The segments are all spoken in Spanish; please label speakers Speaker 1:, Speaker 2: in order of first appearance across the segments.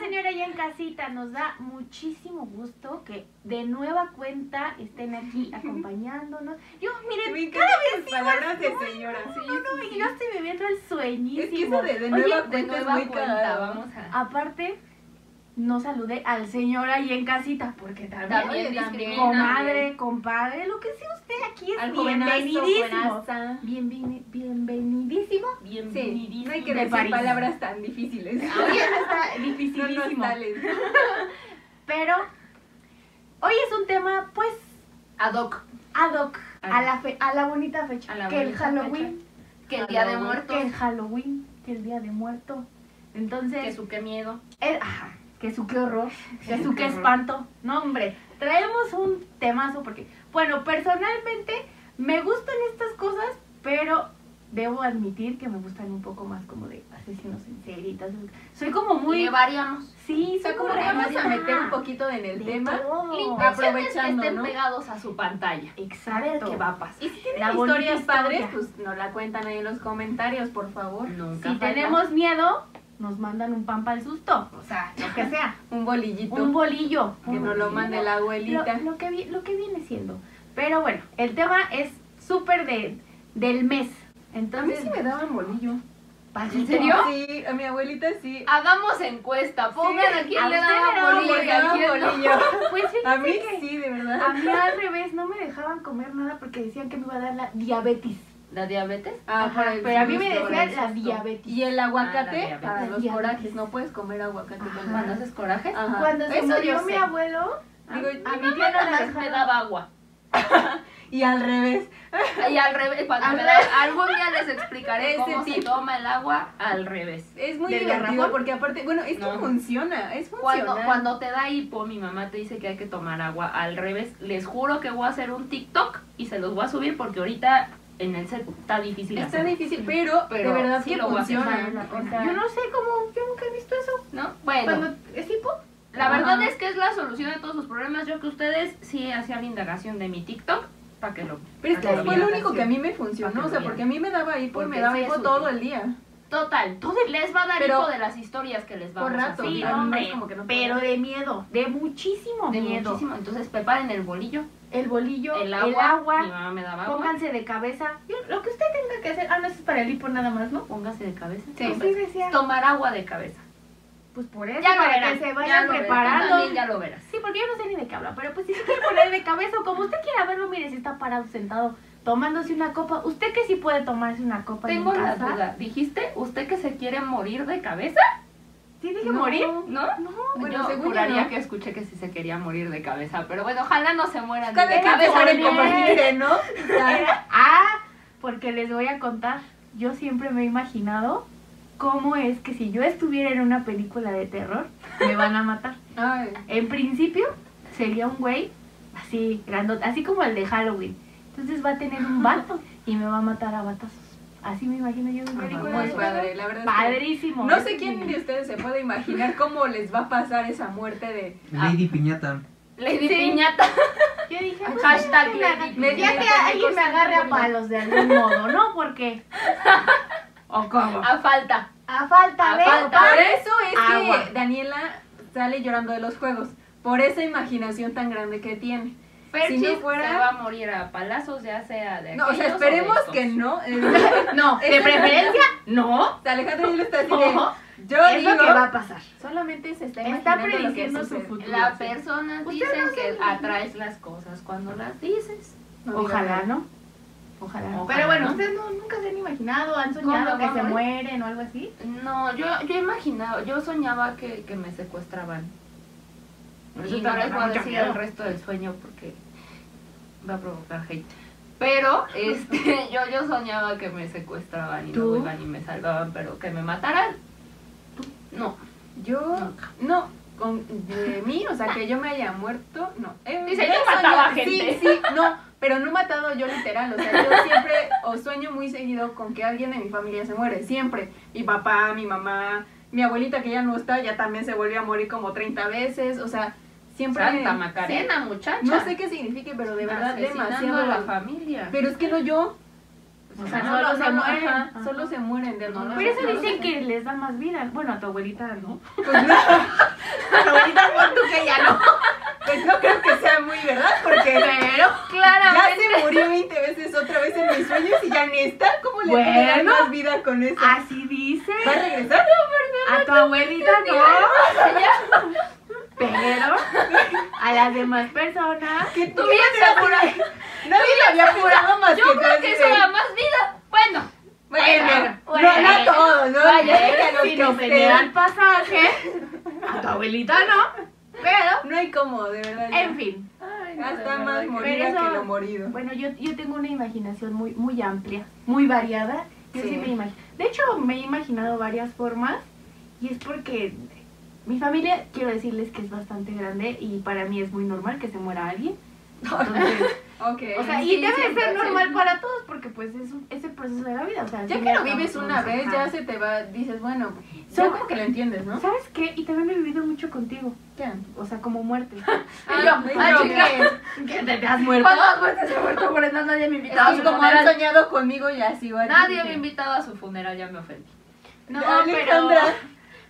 Speaker 1: tener allá en casita. Nos da muchísimo gusto que de nueva cuenta estén aquí acompañándonos. Yo, miren,
Speaker 2: Me
Speaker 1: cada
Speaker 2: encantan
Speaker 1: vez
Speaker 2: tus
Speaker 1: sigo
Speaker 2: palabras de
Speaker 1: al-
Speaker 2: señora,
Speaker 1: No,
Speaker 2: sí,
Speaker 1: no, no,
Speaker 2: sí,
Speaker 1: y
Speaker 2: sí.
Speaker 1: yo estoy bebiendo el
Speaker 2: Es que eso
Speaker 1: sueñísimo.
Speaker 2: de, de
Speaker 1: Oye,
Speaker 2: nueva
Speaker 3: de
Speaker 2: cuenta
Speaker 3: nueva
Speaker 2: es muy
Speaker 3: cuenta,
Speaker 2: cagado.
Speaker 3: vamos a...
Speaker 1: aparte, no saludé al señor ahí en casita, porque también,
Speaker 3: También
Speaker 1: oye,
Speaker 3: discrimina.
Speaker 1: comadre, compadre, lo que sea usted aquí es
Speaker 3: Al jovenazo,
Speaker 1: bienvenidísimo.
Speaker 3: buenaza.
Speaker 1: Bienveni- bienvenidísimo.
Speaker 2: Sí, no hay que
Speaker 1: de
Speaker 2: decir
Speaker 1: París. Ah,
Speaker 2: palabras tan difíciles.
Speaker 1: Oye, eso está
Speaker 2: No
Speaker 1: dificilísimo.
Speaker 2: nos salen.
Speaker 1: Pero hoy es un tema, pues,
Speaker 3: Ah, Ad hoc.
Speaker 1: ad hoc
Speaker 3: Ah.
Speaker 1: a la, fe- a la bonita fecha.
Speaker 3: A la
Speaker 1: que el
Speaker 3: bonita
Speaker 1: Halloween,
Speaker 3: Que el Día de
Speaker 2: Halloween.
Speaker 3: Muertos.
Speaker 1: que el Halloween, que el Día de Muerto. Entonces,
Speaker 3: Que su qué miedo.
Speaker 1: el- ajá, que su qué horror, que
Speaker 3: Que
Speaker 1: su
Speaker 3: su
Speaker 1: qué
Speaker 3: qué horror.
Speaker 1: espanto. No, hombre, traemos un temazo porque, bueno, personalmente me gustan estas cosas, pero debo admitir que me gustan un poco más como de asesinos en serie y tal. Soy como
Speaker 3: Y
Speaker 1: muy...
Speaker 3: le variamos.
Speaker 1: Sí,
Speaker 2: O sea,
Speaker 1: soy
Speaker 2: como
Speaker 1: como
Speaker 2: que vamos a
Speaker 1: rarita.
Speaker 2: meter un poquito en el
Speaker 1: De
Speaker 2: tema.
Speaker 1: todo.
Speaker 3: La intención es que
Speaker 2: Aprovechando,
Speaker 3: estén
Speaker 2: ¿no?
Speaker 3: pegados a su pantalla.
Speaker 1: Exacto.
Speaker 3: A ver qué va a pasar.
Speaker 2: Y si tienen
Speaker 1: La bonita
Speaker 2: historias
Speaker 1: historia.
Speaker 2: padres, pues nos la cuentan ahí en los comentarios, por favor.
Speaker 3: Nunca
Speaker 1: Si
Speaker 3: falta
Speaker 1: tenemos miedo, nos mandan un pan para el susto. O sea, lo que sea.
Speaker 2: Un bolillito.
Speaker 1: Un bolillo.
Speaker 2: que nos lo mande la
Speaker 1: Lo,
Speaker 2: abuelita.
Speaker 1: lo que, vi- lo que viene siendo. Pero bueno, el tema es súper de, del mes.
Speaker 2: A mí
Speaker 1: Entonces,
Speaker 2: sí me daban bolillo.
Speaker 1: ¿Pan-
Speaker 3: ¿En serio?
Speaker 2: Sí, a mi abuelita sí.
Speaker 3: Hagamos encuesta. Pongan a
Speaker 1: a
Speaker 3: quién le
Speaker 1: usted le
Speaker 3: daba
Speaker 1: daban
Speaker 3: bolillo y a
Speaker 2: daban
Speaker 3: quién no.
Speaker 2: bolillo.
Speaker 1: Pues fíjense
Speaker 2: A mí
Speaker 1: que
Speaker 2: sí, de
Speaker 1: a
Speaker 2: verdad.
Speaker 1: mí al revés, no me dejaban comer nada porque decían que me iba a dar la diabetes.
Speaker 3: ¿La diabetes?
Speaker 2: Ah, por
Speaker 1: Ajá,
Speaker 2: el
Speaker 1: pero a mí me
Speaker 2: susto, por
Speaker 1: decían
Speaker 2: el
Speaker 1: la
Speaker 2: susto.
Speaker 1: diabetes.
Speaker 2: Y el aguacate
Speaker 3: Ah, la
Speaker 2: para los
Speaker 1: diabetes.
Speaker 2: corajes. No puedes comer aguacate
Speaker 1: Ajá.
Speaker 2: con
Speaker 3: ¿Cuando haces coraje?
Speaker 2: Ajá.
Speaker 1: Cuando se
Speaker 2: Eso
Speaker 1: murió
Speaker 2: yo
Speaker 1: mi
Speaker 2: sé.
Speaker 1: abuelo,
Speaker 2: Digo,
Speaker 1: a
Speaker 3: Mi
Speaker 1: mi tía no
Speaker 3: mamá nada
Speaker 1: la
Speaker 3: más me
Speaker 1: dejaban.
Speaker 3: daba agua.
Speaker 2: Y al revés.
Speaker 3: Y al revés, cuando
Speaker 1: Al
Speaker 3: me da, algún día les explicaré
Speaker 2: Ese
Speaker 3: cómo se
Speaker 2: tip.
Speaker 3: toma el agua al revés.
Speaker 2: Es muy
Speaker 3: ¿Del
Speaker 2: divertido
Speaker 3: garrafón?
Speaker 2: porque aparte, bueno, esto
Speaker 3: No.
Speaker 2: funciona, es
Speaker 3: Cuando,
Speaker 2: funcional.
Speaker 3: cuando te da hipo, mi mamá te dice que hay que tomar agua al revés. Les juro que voy a hacer un TikTok y se los voy a subir porque ahorita en el set está difícil.
Speaker 2: Está
Speaker 3: hacer,
Speaker 2: difícil, pero,
Speaker 3: Pero
Speaker 2: de verdad
Speaker 3: sí
Speaker 2: que
Speaker 3: lo voy a hacer.
Speaker 1: Vale
Speaker 2: funciona.
Speaker 1: la
Speaker 2: O
Speaker 1: pena.
Speaker 2: sea,
Speaker 1: Yo no sé cómo, yo nunca he visto eso.
Speaker 3: ¿no? Bueno,
Speaker 1: Cuando es hipo,
Speaker 3: la verdad
Speaker 2: Ajá.
Speaker 3: es que es la solución a todos sus problemas. Yo que ustedes sí hacían indagación de mi TikTok para que lo.
Speaker 2: Pero es
Speaker 3: pa' que
Speaker 2: que
Speaker 3: lo
Speaker 2: fue lo
Speaker 3: vieran.
Speaker 2: único que a mí me funcionó,
Speaker 3: Para que
Speaker 2: o sea,
Speaker 3: lo
Speaker 2: porque a mí me daba hipo,
Speaker 3: Porque
Speaker 2: me daba
Speaker 3: sí es
Speaker 2: hipo
Speaker 3: útil.
Speaker 2: todo el día.
Speaker 3: Total, les va a dar
Speaker 2: Pero-
Speaker 3: hipo de las historias que les vamos
Speaker 2: Por
Speaker 3: a
Speaker 2: rato,
Speaker 3: subir.
Speaker 1: sí,
Speaker 2: a mí
Speaker 1: hombre,
Speaker 2: más como que no
Speaker 1: pero
Speaker 2: puedo.
Speaker 1: de miedo, de muchísimo
Speaker 3: De
Speaker 1: miedo.
Speaker 3: muchísimo. Entonces preparen el bolillo,
Speaker 1: El bolillo,
Speaker 3: el agua.
Speaker 1: agua,
Speaker 3: Mi mamá me daba agua.
Speaker 1: pónganse de cabeza, yo- lo que usted tenga que hacer. Ah, no, eso es para el hipo nada más, ¿no?
Speaker 3: Póngase de cabeza.
Speaker 2: Sí.
Speaker 1: Así decía.
Speaker 3: Tomar agua de cabeza.
Speaker 1: Pues por eso,
Speaker 3: Ya lo
Speaker 1: para
Speaker 3: verán.
Speaker 1: que se
Speaker 3: ya
Speaker 1: vayan
Speaker 3: lo verán,
Speaker 1: preparando.
Speaker 3: También ya lo verás.
Speaker 1: Sí, porque yo no sé ni de qué habla, pero pues si se quiere poner de cabeza o como usted quiera verlo, mire, si está parado, sentado, tomándose una copa. Usted que sí puede tomarse una copa
Speaker 3: Tengo
Speaker 1: en
Speaker 3: la
Speaker 1: casa.
Speaker 3: duda. ¿Dijiste usted que se quiere morir de cabeza?
Speaker 1: ¿Sí dije
Speaker 2: No.
Speaker 1: morir?
Speaker 3: ¿No?
Speaker 1: No.
Speaker 2: Bueno,
Speaker 3: yo
Speaker 2: según yo
Speaker 3: juraría
Speaker 2: no.
Speaker 3: que escuché que sí se quería morir de cabeza, pero bueno, ojalá no se mueran
Speaker 2: Cada
Speaker 3: de
Speaker 2: quien
Speaker 1: cabeza
Speaker 2: sabe
Speaker 1: bien.
Speaker 2: compartir, ¿no? O sea,
Speaker 1: Ah, porque les voy a contar. Yo siempre me he imaginado cómo es que si yo estuviera en una película de terror, me van a matar.
Speaker 2: ay,
Speaker 1: En principio, sería un güey así, grandote, así como el de Halloween. Entonces va a tener un vato y me va a matar a batazos. Así me imagino yo en una
Speaker 3: Ajá,
Speaker 1: película
Speaker 2: Muy
Speaker 1: de terror.
Speaker 2: padre, la verdad. es que-
Speaker 1: Padrísimo.
Speaker 2: No sé quién de ustedes se puede imaginar cómo les va a pasar esa muerte de...
Speaker 1: Ah.
Speaker 4: Lady Piñata.
Speaker 3: Lady
Speaker 1: Sí.
Speaker 3: Piñata.
Speaker 1: Yo dije, pues,
Speaker 3: Hashtag
Speaker 1: ya que me haga-
Speaker 3: Lady
Speaker 1: ya que
Speaker 2: Piñata, me
Speaker 1: alguien me
Speaker 2: costó
Speaker 1: agarre a
Speaker 2: verlo.
Speaker 1: palos de algún modo, ¿no? Porque
Speaker 2: ¿O cómo?
Speaker 3: A falta.
Speaker 1: a falta
Speaker 3: A
Speaker 1: de
Speaker 3: falta
Speaker 1: pan,
Speaker 2: Por eso es
Speaker 1: Agua.
Speaker 2: que Daniela sale llorando de los juegos, por esa imaginación tan grande que tiene.
Speaker 3: Ferchis
Speaker 2: no fuera-
Speaker 3: se va a morir a palazos, ya sea de
Speaker 2: No, o sea,
Speaker 3: aquellos
Speaker 2: esperemos
Speaker 3: de
Speaker 2: que
Speaker 3: estos.
Speaker 2: no. eh, o
Speaker 1: No, de
Speaker 2: Eso-
Speaker 1: preferencia, no.
Speaker 2: sea, Alejandra ya lo está
Speaker 1: No,
Speaker 2: diciendo. Yo
Speaker 1: es
Speaker 2: digo,
Speaker 1: lo que va a pasar.
Speaker 2: solamente se está
Speaker 1: Está
Speaker 2: imaginando lo que
Speaker 1: prediciendo su
Speaker 2: sucede.
Speaker 1: futuro.
Speaker 3: La persona
Speaker 1: Usted
Speaker 3: dice
Speaker 1: no se
Speaker 3: que
Speaker 1: imagina.
Speaker 3: atraes las cosas cuando las dices.
Speaker 2: No digo
Speaker 1: Ojalá,
Speaker 2: nada.
Speaker 1: ¿no? Ojalá.
Speaker 3: Ojalá,
Speaker 1: Pero bueno,
Speaker 3: ¿no?
Speaker 1: ustedes no- nunca se han imaginado, han
Speaker 3: ¿Cómo
Speaker 1: soñado que se
Speaker 3: vamos?
Speaker 1: mueren o algo así.
Speaker 3: No, yo, yo imaginaba, yo soñaba que, que me secuestraban.
Speaker 1: Eso
Speaker 3: Y no
Speaker 1: también
Speaker 3: les
Speaker 1: da
Speaker 3: voy a
Speaker 1: mucho
Speaker 3: decir
Speaker 1: miedo.
Speaker 3: el resto del sueño porque va a provocar hate. Pero este, yo, yo soñaba que me secuestraban y
Speaker 1: ¿Tú?
Speaker 3: no iban y me salvaban, pero que me mataran. ¿Tú? No.
Speaker 2: Yo,
Speaker 3: Nunca.
Speaker 2: no, con, de mí, o sea, que yo me haya muerto, no. Eh,
Speaker 3: Dice,
Speaker 2: he
Speaker 3: yo mataba
Speaker 2: soñado-
Speaker 3: gente.
Speaker 2: Sí, sí, no, pero no he matado yo literal, o sea, yo siempre o sueño muy seguido con que alguien de mi familia se muere, siempre. Mi papá, mi mamá, mi abuelita que ya no está, ya también se volvió a morir como 30 veces, o sea, siempre...
Speaker 3: Santa
Speaker 2: Sí,
Speaker 3: Macarena, Ah, muchacha.
Speaker 2: no sé qué signifique, pero de verdad
Speaker 3: Asesinando
Speaker 2: demasiado...
Speaker 3: a la familia.
Speaker 2: Pero es que no yo.
Speaker 1: O
Speaker 2: O sea,
Speaker 1: sea,
Speaker 2: no,
Speaker 1: solo
Speaker 2: no,
Speaker 1: se
Speaker 2: no,
Speaker 1: mueren.
Speaker 2: ajá,
Speaker 1: Ajá.
Speaker 2: Solo se mueren de
Speaker 3: No,
Speaker 2: alguna
Speaker 3: no,
Speaker 1: Por eso
Speaker 2: manera.
Speaker 1: dicen que les da más vida. Bueno, a tu abuelita no.
Speaker 2: Pues no.
Speaker 3: ganó.
Speaker 2: Pues no creo que sea muy verdad, porque
Speaker 3: Pero
Speaker 2: ya
Speaker 3: claramente.
Speaker 2: se murió 20 veces otra vez en mis sueños y ya ni está. ¿Cómo le puede dar
Speaker 1: Bueno. Ah.
Speaker 2: más vida con eso? ¿Va
Speaker 1: Así dice.
Speaker 2: a regresar?
Speaker 1: A tu abuelita no. Pero a las demás personas.
Speaker 2: ¿Qué tú
Speaker 3: Tú bien segura.
Speaker 2: Nadie le había jurado más
Speaker 3: Yo
Speaker 2: que
Speaker 3: creo
Speaker 2: tú,
Speaker 3: que
Speaker 2: así
Speaker 3: eso
Speaker 2: de-
Speaker 3: da más vida. Bueno,
Speaker 2: Bueno,
Speaker 1: Bueno,
Speaker 2: no, no todos, no,
Speaker 1: Vaya,
Speaker 2: no,
Speaker 1: sin
Speaker 2: que
Speaker 1: ofender
Speaker 2: usted-
Speaker 1: al pasaje. A tu abuelita no. Pero,
Speaker 2: no hay cómo, de verdad. ya.
Speaker 1: en fin.
Speaker 3: Ay, no,
Speaker 2: Hasta
Speaker 3: de
Speaker 2: más
Speaker 3: verdad que-
Speaker 2: morida
Speaker 1: eso-
Speaker 2: que lo morido.
Speaker 1: Bueno, yo, yo tengo una imaginación muy, muy amplia, muy variada. Yo
Speaker 2: Sí.
Speaker 1: sí me imagino. De hecho, me he imaginado varias formas y es porque mi familia, quiero decirles que es bastante grande y para mí es muy normal que se muera alguien. Entonces,
Speaker 2: Ok.
Speaker 1: o sea, y
Speaker 3: Sí,
Speaker 1: debe de
Speaker 3: siempre,
Speaker 1: ser normal
Speaker 3: siempre.
Speaker 1: para todos porque pues es, un- es el proceso de la vida. O sea, al
Speaker 2: ya
Speaker 1: fin
Speaker 2: que
Speaker 1: y
Speaker 2: lo
Speaker 1: al cabo
Speaker 2: vives
Speaker 1: somos-
Speaker 2: una vez,
Speaker 1: ajá.
Speaker 2: ya se te va, dices, bueno,
Speaker 1: Son-
Speaker 2: yo como que lo entiendes, ¿no?
Speaker 1: ¿Sabes qué? Y también lo he vivido mucho contigo,
Speaker 2: Ya.
Speaker 1: o sea, como muerte.
Speaker 2: Ah,
Speaker 3: Y yo,
Speaker 2: muy
Speaker 3: ah,
Speaker 2: bien.
Speaker 3: chica.
Speaker 1: ¿Qué? ¿Te, te has muerto?
Speaker 3: ¿Cuántas veces he muerto por eso? Nadie me
Speaker 2: Es
Speaker 3: invitaba a
Speaker 2: que
Speaker 3: su
Speaker 2: como han
Speaker 3: funeral.
Speaker 2: soñado conmigo y así va.
Speaker 3: Nadie me ha invitado a su funeral, ya me ofendí.
Speaker 1: No,
Speaker 2: Alejandra,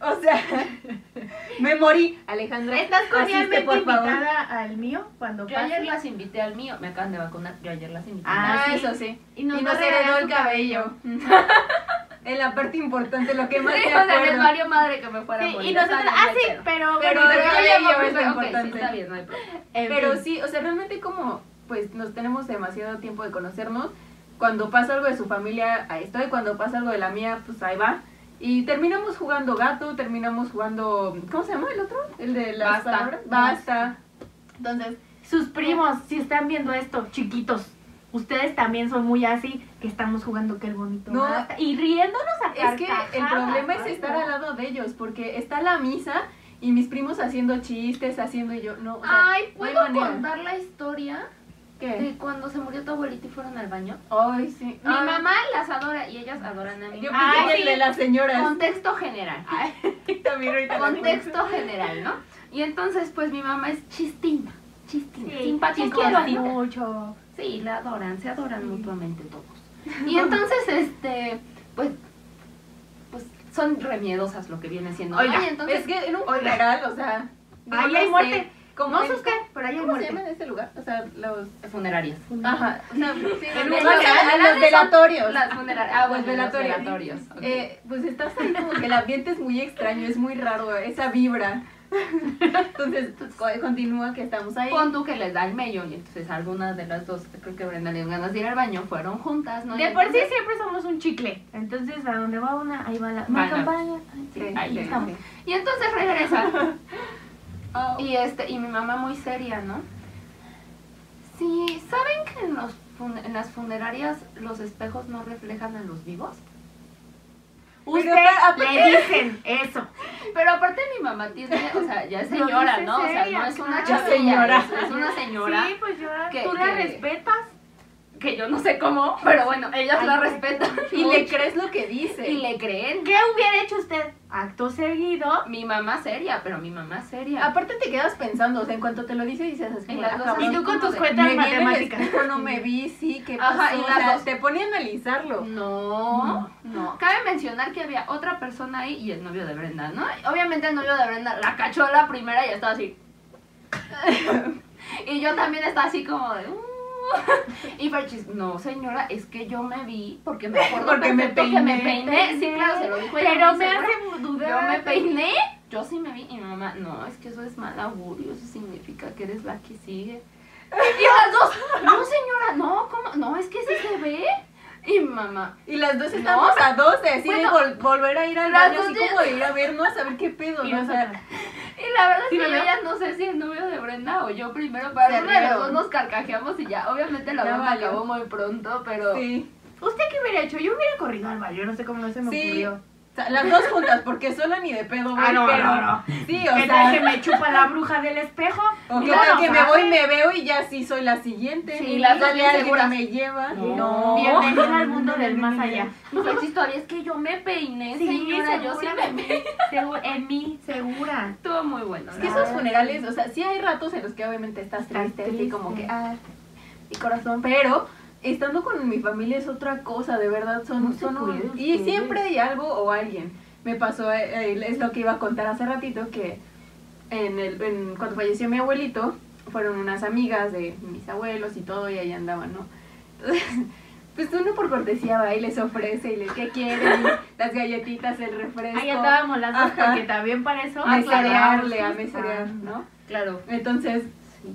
Speaker 1: pero...
Speaker 2: o sea, me morí. Alejandra,
Speaker 1: ¿Estás
Speaker 2: asiste,
Speaker 1: cordialmente
Speaker 2: por favor.
Speaker 1: invitada al mío cuando
Speaker 3: Yo ayer
Speaker 1: pase?
Speaker 3: las invité al mío, me acaban de vacunar, yo ayer las invité.
Speaker 1: Ah,
Speaker 2: Ah,
Speaker 1: sí.
Speaker 2: eso sí.
Speaker 1: Y
Speaker 2: Y
Speaker 1: va a
Speaker 2: nos
Speaker 1: regalar
Speaker 2: heredó el
Speaker 1: su
Speaker 2: cabello. en la parte importante, lo que
Speaker 3: Sí,
Speaker 2: más
Speaker 3: o
Speaker 2: te
Speaker 3: sea, en el
Speaker 2: acuerdo.
Speaker 3: Mario Madre que me fuera a
Speaker 1: Sí,
Speaker 3: morir.
Speaker 1: y nosotros,
Speaker 3: Está bien,
Speaker 1: ah,
Speaker 3: no hay
Speaker 1: sí,
Speaker 3: pedo.
Speaker 1: pero,
Speaker 2: Pero
Speaker 1: bueno,
Speaker 2: el
Speaker 1: ya
Speaker 2: cabello
Speaker 1: llevamos
Speaker 2: es lo
Speaker 1: el-
Speaker 3: Ok, sí,
Speaker 2: importante.
Speaker 3: está bien, no hay problema.
Speaker 1: en
Speaker 2: Pero
Speaker 1: fin.
Speaker 2: sí, o sea, realmente como pues nos tenemos demasiado tiempo de conocernos, cuando pasa algo de su familia, ahí estoy, cuando pasa algo de la mía, pues ahí va. Y terminamos jugando gato, terminamos jugando, ¿cómo se llama el otro? El de la
Speaker 3: Basta.
Speaker 2: Basta. Entonces,
Speaker 1: sus primos, si están viendo esto, chiquitos, ustedes también son muy así, que estamos jugando que el bonito.
Speaker 2: No.
Speaker 1: basta, y riéndonos a
Speaker 2: es que el
Speaker 1: carcajadas,
Speaker 2: problema es
Speaker 1: ay,
Speaker 2: estar
Speaker 1: no.
Speaker 2: al lado de ellos, porque está la misa y mis primos haciendo chistes, haciendo y yo, no, o sea,
Speaker 3: Ay,
Speaker 2: no hay
Speaker 3: ¿puedo
Speaker 2: manera.
Speaker 3: contar la historia
Speaker 2: ¿Qué?
Speaker 3: de cuando se murió tu abuelita y fueron al baño?
Speaker 2: Ay, sí.
Speaker 3: Mi
Speaker 2: Ay,
Speaker 3: mamá las adora y ellas adoran a mi
Speaker 2: Yo pensé
Speaker 3: mamá.
Speaker 2: que
Speaker 1: Ay,
Speaker 2: el de las señoras.
Speaker 3: Contexto general.
Speaker 2: También ahorita la
Speaker 3: contexto general, ¿no? Y entonces, pues mi mamá es chistina, chistina,
Speaker 1: Sí, te
Speaker 3: simpática.
Speaker 1: quiero
Speaker 3: bonita.
Speaker 1: mucho.
Speaker 3: Sí, la adoran, se adoran mutuamente todos. Y entonces, este, pues, pues son remiedosas lo que viene siendo. ¿no?
Speaker 1: Oiga,
Speaker 3: y entonces,
Speaker 2: es que en un
Speaker 1: Oiga.
Speaker 2: funeral, o sea. digo,
Speaker 1: Ahí
Speaker 2: no
Speaker 1: hay
Speaker 2: sé,
Speaker 1: muerte.
Speaker 2: Como
Speaker 1: No
Speaker 2: en-
Speaker 1: sé usted, pero ahí hay
Speaker 2: ¿Cómo se llama
Speaker 1: muerte.
Speaker 2: en ese lugar? O sea, los.
Speaker 3: funerarias.
Speaker 2: Ajá. O sea,
Speaker 3: en
Speaker 2: en
Speaker 3: los
Speaker 2: un funeral, los
Speaker 3: funerales
Speaker 2: velatorios.
Speaker 3: Las funerarias. Ah, bueno,
Speaker 2: Los
Speaker 3: los
Speaker 2: velatorios.
Speaker 3: velatorios. ok.
Speaker 2: Eh, pues estás ahí como que el ambiente es muy extraño, es muy raro, esa vibra. Entonces, pues, co- continúa que estamos ahí.
Speaker 3: Pon tú que les da el mello y entonces algunas de las dos, creo que Brenda le dio ganas de ir al baño, fueron juntas, ¿no? Y
Speaker 1: De por sí
Speaker 3: entonces-
Speaker 1: siempre somos un chicle. Entonces, a donde va una, ahí va la.
Speaker 3: Van
Speaker 1: Me
Speaker 3: a-
Speaker 1: acompaña. Ay,
Speaker 2: Sí,
Speaker 3: ahí
Speaker 2: sí,
Speaker 3: estamos.
Speaker 2: sí.
Speaker 3: Y entonces regresan
Speaker 2: Oh.
Speaker 3: Y este, y mi mamá muy seria, ¿no? Sí, ¿saben que en, los fun- en las funerarias los espejos no reflejan a los vivos?
Speaker 1: Usted
Speaker 2: aparte-
Speaker 1: le dicen eso.
Speaker 3: Pero aparte mi mamá tiene, o sea, ya es
Speaker 1: Lo
Speaker 3: señora,
Speaker 1: dice
Speaker 3: ¿no? O sea, no
Speaker 1: seria,
Speaker 3: es una
Speaker 1: claro.
Speaker 3: señora,
Speaker 2: Señora.
Speaker 3: es, es una señora
Speaker 1: Sí, pues yo.
Speaker 3: que-
Speaker 1: Tú la
Speaker 3: que-
Speaker 1: respetas.
Speaker 3: que yo no sé cómo, pero bueno, ellas
Speaker 1: Ay,
Speaker 3: la
Speaker 1: no.
Speaker 3: respetan
Speaker 2: Y le crees lo que dice.
Speaker 3: y le creen.
Speaker 1: ¿Qué hubiera hecho usted? Acto seguido.
Speaker 3: Mi mamá seria, pero mi mamá seria.
Speaker 2: Aparte te quedas pensando, o sea, en cuanto te lo dice dices, es que
Speaker 3: Y las dos
Speaker 1: Y tú con tus
Speaker 3: Me
Speaker 1: cuentas
Speaker 2: me vi en el
Speaker 1: matemáticas.
Speaker 2: espejo, no me vi, sí, que pasó.
Speaker 3: Ajá, y
Speaker 2: O
Speaker 3: las
Speaker 2: sea, Mm.
Speaker 3: dos.
Speaker 2: te pone a analizarlo.
Speaker 3: No, no. Cabe mencionar que había otra persona ahí y el novio de Brenda, ¿no? Obviamente el novio de Brenda la cachó la primera y estaba así. y yo también estaba así como de. "Uh". Y Ferchis, no señora, es que yo me vi porque me acuerdo
Speaker 2: Porque me
Speaker 3: perfecto que me
Speaker 2: peiné.
Speaker 3: peiné. Sí, claro, se lo dijo ella
Speaker 1: Pero
Speaker 3: muy
Speaker 1: me
Speaker 3: segura.
Speaker 1: hace dudar.
Speaker 3: Yo me peiné, yo sí me vi y mi mamá, no, es que eso es mal augurio, eso significa que eres la que sigue. Y las dos, no señora, no, ¿cómo? No, es que sí se ve. Y mi mamá,
Speaker 2: Y las dos
Speaker 3: No.
Speaker 2: estamos a dos de así
Speaker 3: Bueno,
Speaker 2: de vol- volver a ir al
Speaker 3: las
Speaker 2: baño, así
Speaker 3: dos ya-
Speaker 2: como de ir a vernos, a ver qué pedo,
Speaker 1: Y
Speaker 2: ¿no? O sea,
Speaker 1: nosotras.
Speaker 3: Y la verdad
Speaker 1: Sí,
Speaker 3: es que yo
Speaker 1: ¿verdad?
Speaker 3: ya no sé si el novio de Brenda o yo primero, pero
Speaker 2: Se
Speaker 3: alguna de las
Speaker 2: rieron.
Speaker 3: dos nos carcajeamos y ya, obviamente la
Speaker 2: Ya
Speaker 3: broma
Speaker 2: valió.
Speaker 3: acabó muy pronto, pero...
Speaker 2: sí.
Speaker 1: ¿Usted qué hubiera hecho? Yo hubiera corrido al baño, no sé cómo no se me
Speaker 2: Sí.
Speaker 1: ocurrió.
Speaker 2: O sea, las dos juntas, porque sola ni de pedo voy,
Speaker 1: Ah, no,
Speaker 2: pero...
Speaker 1: no, no.
Speaker 2: Sí, o
Speaker 1: ¿Qué tal que
Speaker 2: sea...
Speaker 1: me chupa la bruja del espejo?
Speaker 2: O qué
Speaker 1: No,
Speaker 2: tal que me
Speaker 1: ¿sabes?
Speaker 2: voy, me veo y ya sí soy la siguiente.
Speaker 3: Sí,
Speaker 2: y
Speaker 3: las dos
Speaker 2: sale
Speaker 3: bien
Speaker 2: alguien y
Speaker 3: seguras.
Speaker 2: me lleva.
Speaker 3: No.
Speaker 1: Bienvenida al mundo del más allá.
Speaker 3: No, pues, historia es que yo me peiné,
Speaker 1: Sí,
Speaker 3: señora, yo sí
Speaker 1: segura
Speaker 3: me
Speaker 1: de mí. Segu- en mí, segura.
Speaker 3: Estuvo muy bueno.
Speaker 2: Es
Speaker 3: la
Speaker 2: que
Speaker 3: verdad.
Speaker 2: esos funerales, o sea, sí hay ratos en los que obviamente estás triste, así
Speaker 1: triste.
Speaker 2: como que, ah, mi corazón, pero estando con mi familia es otra cosa, de verdad, son,
Speaker 1: No se
Speaker 2: son un-
Speaker 1: puede,
Speaker 2: y
Speaker 1: ustedes.
Speaker 2: siempre hay algo o alguien. Me pasó, eh, eh, es lo que iba a contar hace ratito, que en el, en- cuando falleció mi abuelito, fueron unas amigas de mis abuelos y todo, y ahí andaban, ¿no? Entonces, pues uno por cortesía va y les ofrece y les que quieren, Y las galletitas, el refresco.
Speaker 1: Ahí andábamos las dos
Speaker 2: Ajá.
Speaker 1: porque también para eso
Speaker 2: A mesarearle, a
Speaker 1: aclaramos. Ah,
Speaker 2: mesarear, ¿no?
Speaker 3: Claro.
Speaker 2: Entonces,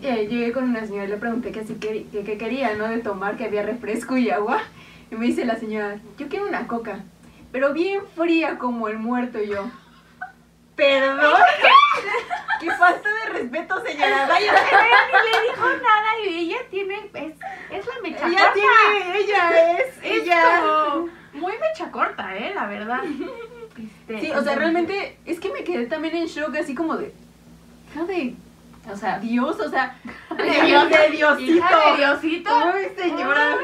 Speaker 2: eh, llegué con una señora y le pregunté que si quer- que- que quería, ¿no? De tomar, que había refresco y agua. Y me dice la señora, yo quiero una coca, pero bien fría como el muerto y yo. ¿Perdón? ¡Qué falta de respeto, señora! ¡Vaya!
Speaker 1: Pero ni le dijo nada y ella tiene, es, es la mecha
Speaker 2: Ella
Speaker 1: corta.
Speaker 2: tiene, ella es,
Speaker 1: Es
Speaker 2: ella.
Speaker 1: como muy mecha corta, eh, la verdad. Este,
Speaker 2: Sí, o sea, realmente es que me quedé también en shock, así como de, hija de
Speaker 3: O sea,
Speaker 2: Dios, o sea,
Speaker 1: De Dios,
Speaker 2: de
Speaker 1: Hija de
Speaker 2: Diosito.
Speaker 1: Diosito.
Speaker 2: Ay, señora.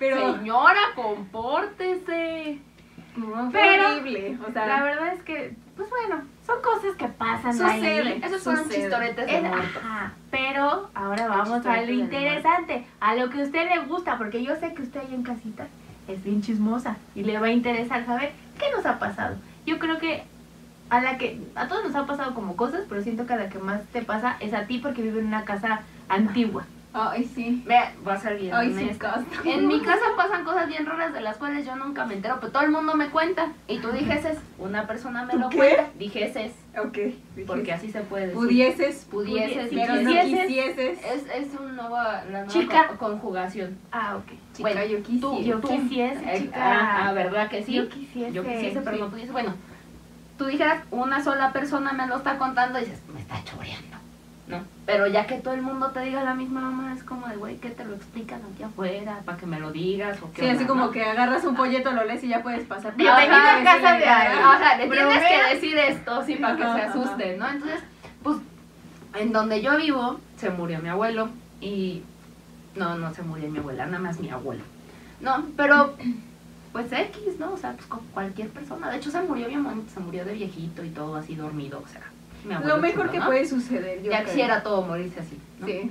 Speaker 2: Pero,
Speaker 3: señora, compórtese.
Speaker 2: no, fue
Speaker 1: Pero-
Speaker 2: horrible, o sea,
Speaker 1: La verdad es que, pues bueno, son cosas que pasan
Speaker 2: Sucede.
Speaker 1: ahí.
Speaker 3: Esos fueron
Speaker 2: Sucede.
Speaker 3: chistoretes de
Speaker 1: Es-
Speaker 3: muerto.
Speaker 1: ajá, pero ahora vamos a lo
Speaker 3: Chistoretes de
Speaker 1: interesante, a lo que a usted le gusta, porque yo sé que usted ahí en casita es bien chismosa y le va a interesar saber qué nos ha pasado. Yo creo que a la que a todos nos ha pasado como cosas, pero siento que a la que más te pasa es a ti porque vive en una casa antigua.
Speaker 2: ay, sí,
Speaker 3: Vea, va a ser bien.
Speaker 2: ay, sí,
Speaker 3: honesta.
Speaker 2: costa.
Speaker 3: En mi casa pasan cosas bien raras de las cuales yo nunca me entero, pero todo el mundo me cuenta. Y tú dijeses, una persona me
Speaker 2: ¿Tú
Speaker 3: lo
Speaker 2: qué?
Speaker 3: cuenta. Dijeses,
Speaker 2: Ok, dije,
Speaker 3: porque así se puede decir.
Speaker 2: pudieses,
Speaker 3: Pudieses,
Speaker 1: Si
Speaker 2: pero no
Speaker 3: pero no.
Speaker 1: quisieses.
Speaker 2: quisieses,
Speaker 3: Es, es un nuevo, la nueva
Speaker 1: Chica.
Speaker 3: co- conjugación.
Speaker 1: Ah, ok.
Speaker 2: chica,
Speaker 3: Bueno,
Speaker 2: yo quisiera.
Speaker 3: tú,
Speaker 1: Yo
Speaker 3: tú.
Speaker 1: quisiese,
Speaker 3: Eh,
Speaker 1: chica.
Speaker 3: Ah, ah, ¿verdad que sí?
Speaker 1: Yo quisiese.
Speaker 3: Yo quisiese, pero
Speaker 1: sí.
Speaker 3: no pudiese. Bueno, tú dijeras, una sola persona me lo está contando y dices, me está choreando. ¿No? Pero ya que todo el mundo te diga la misma mamá, es como de, güey, ¿qué te lo explican aquí afuera? ¿Para que me lo digas? ¿O qué
Speaker 2: Sí, así
Speaker 3: onda,
Speaker 2: como
Speaker 3: no?
Speaker 2: que agarras un folleto, lo lees y ya puedes pasar.
Speaker 3: Bienvenido
Speaker 2: Ajá,
Speaker 3: a casa
Speaker 2: sí,
Speaker 3: de
Speaker 2: ya.
Speaker 3: Ajá, le tienes
Speaker 1: Bromea.
Speaker 3: que decir esto, sí, para que se asuste, ¿no? Entonces, pues, en donde yo vivo, se murió mi abuelo y. No, no se murió mi abuela, nada más mi abuelo. No, pero. Pues X, ¿no? O sea, pues como cualquier persona. De hecho, se murió bien bonito, se murió de viejito y todo así dormido, o sea. mi abuelo
Speaker 2: Lo mejor
Speaker 3: chulo,
Speaker 2: que
Speaker 3: ¿no?
Speaker 2: puede suceder, yo
Speaker 3: Ya
Speaker 2: creo.
Speaker 3: quisiera todo morirse así, ¿no?
Speaker 2: Sí.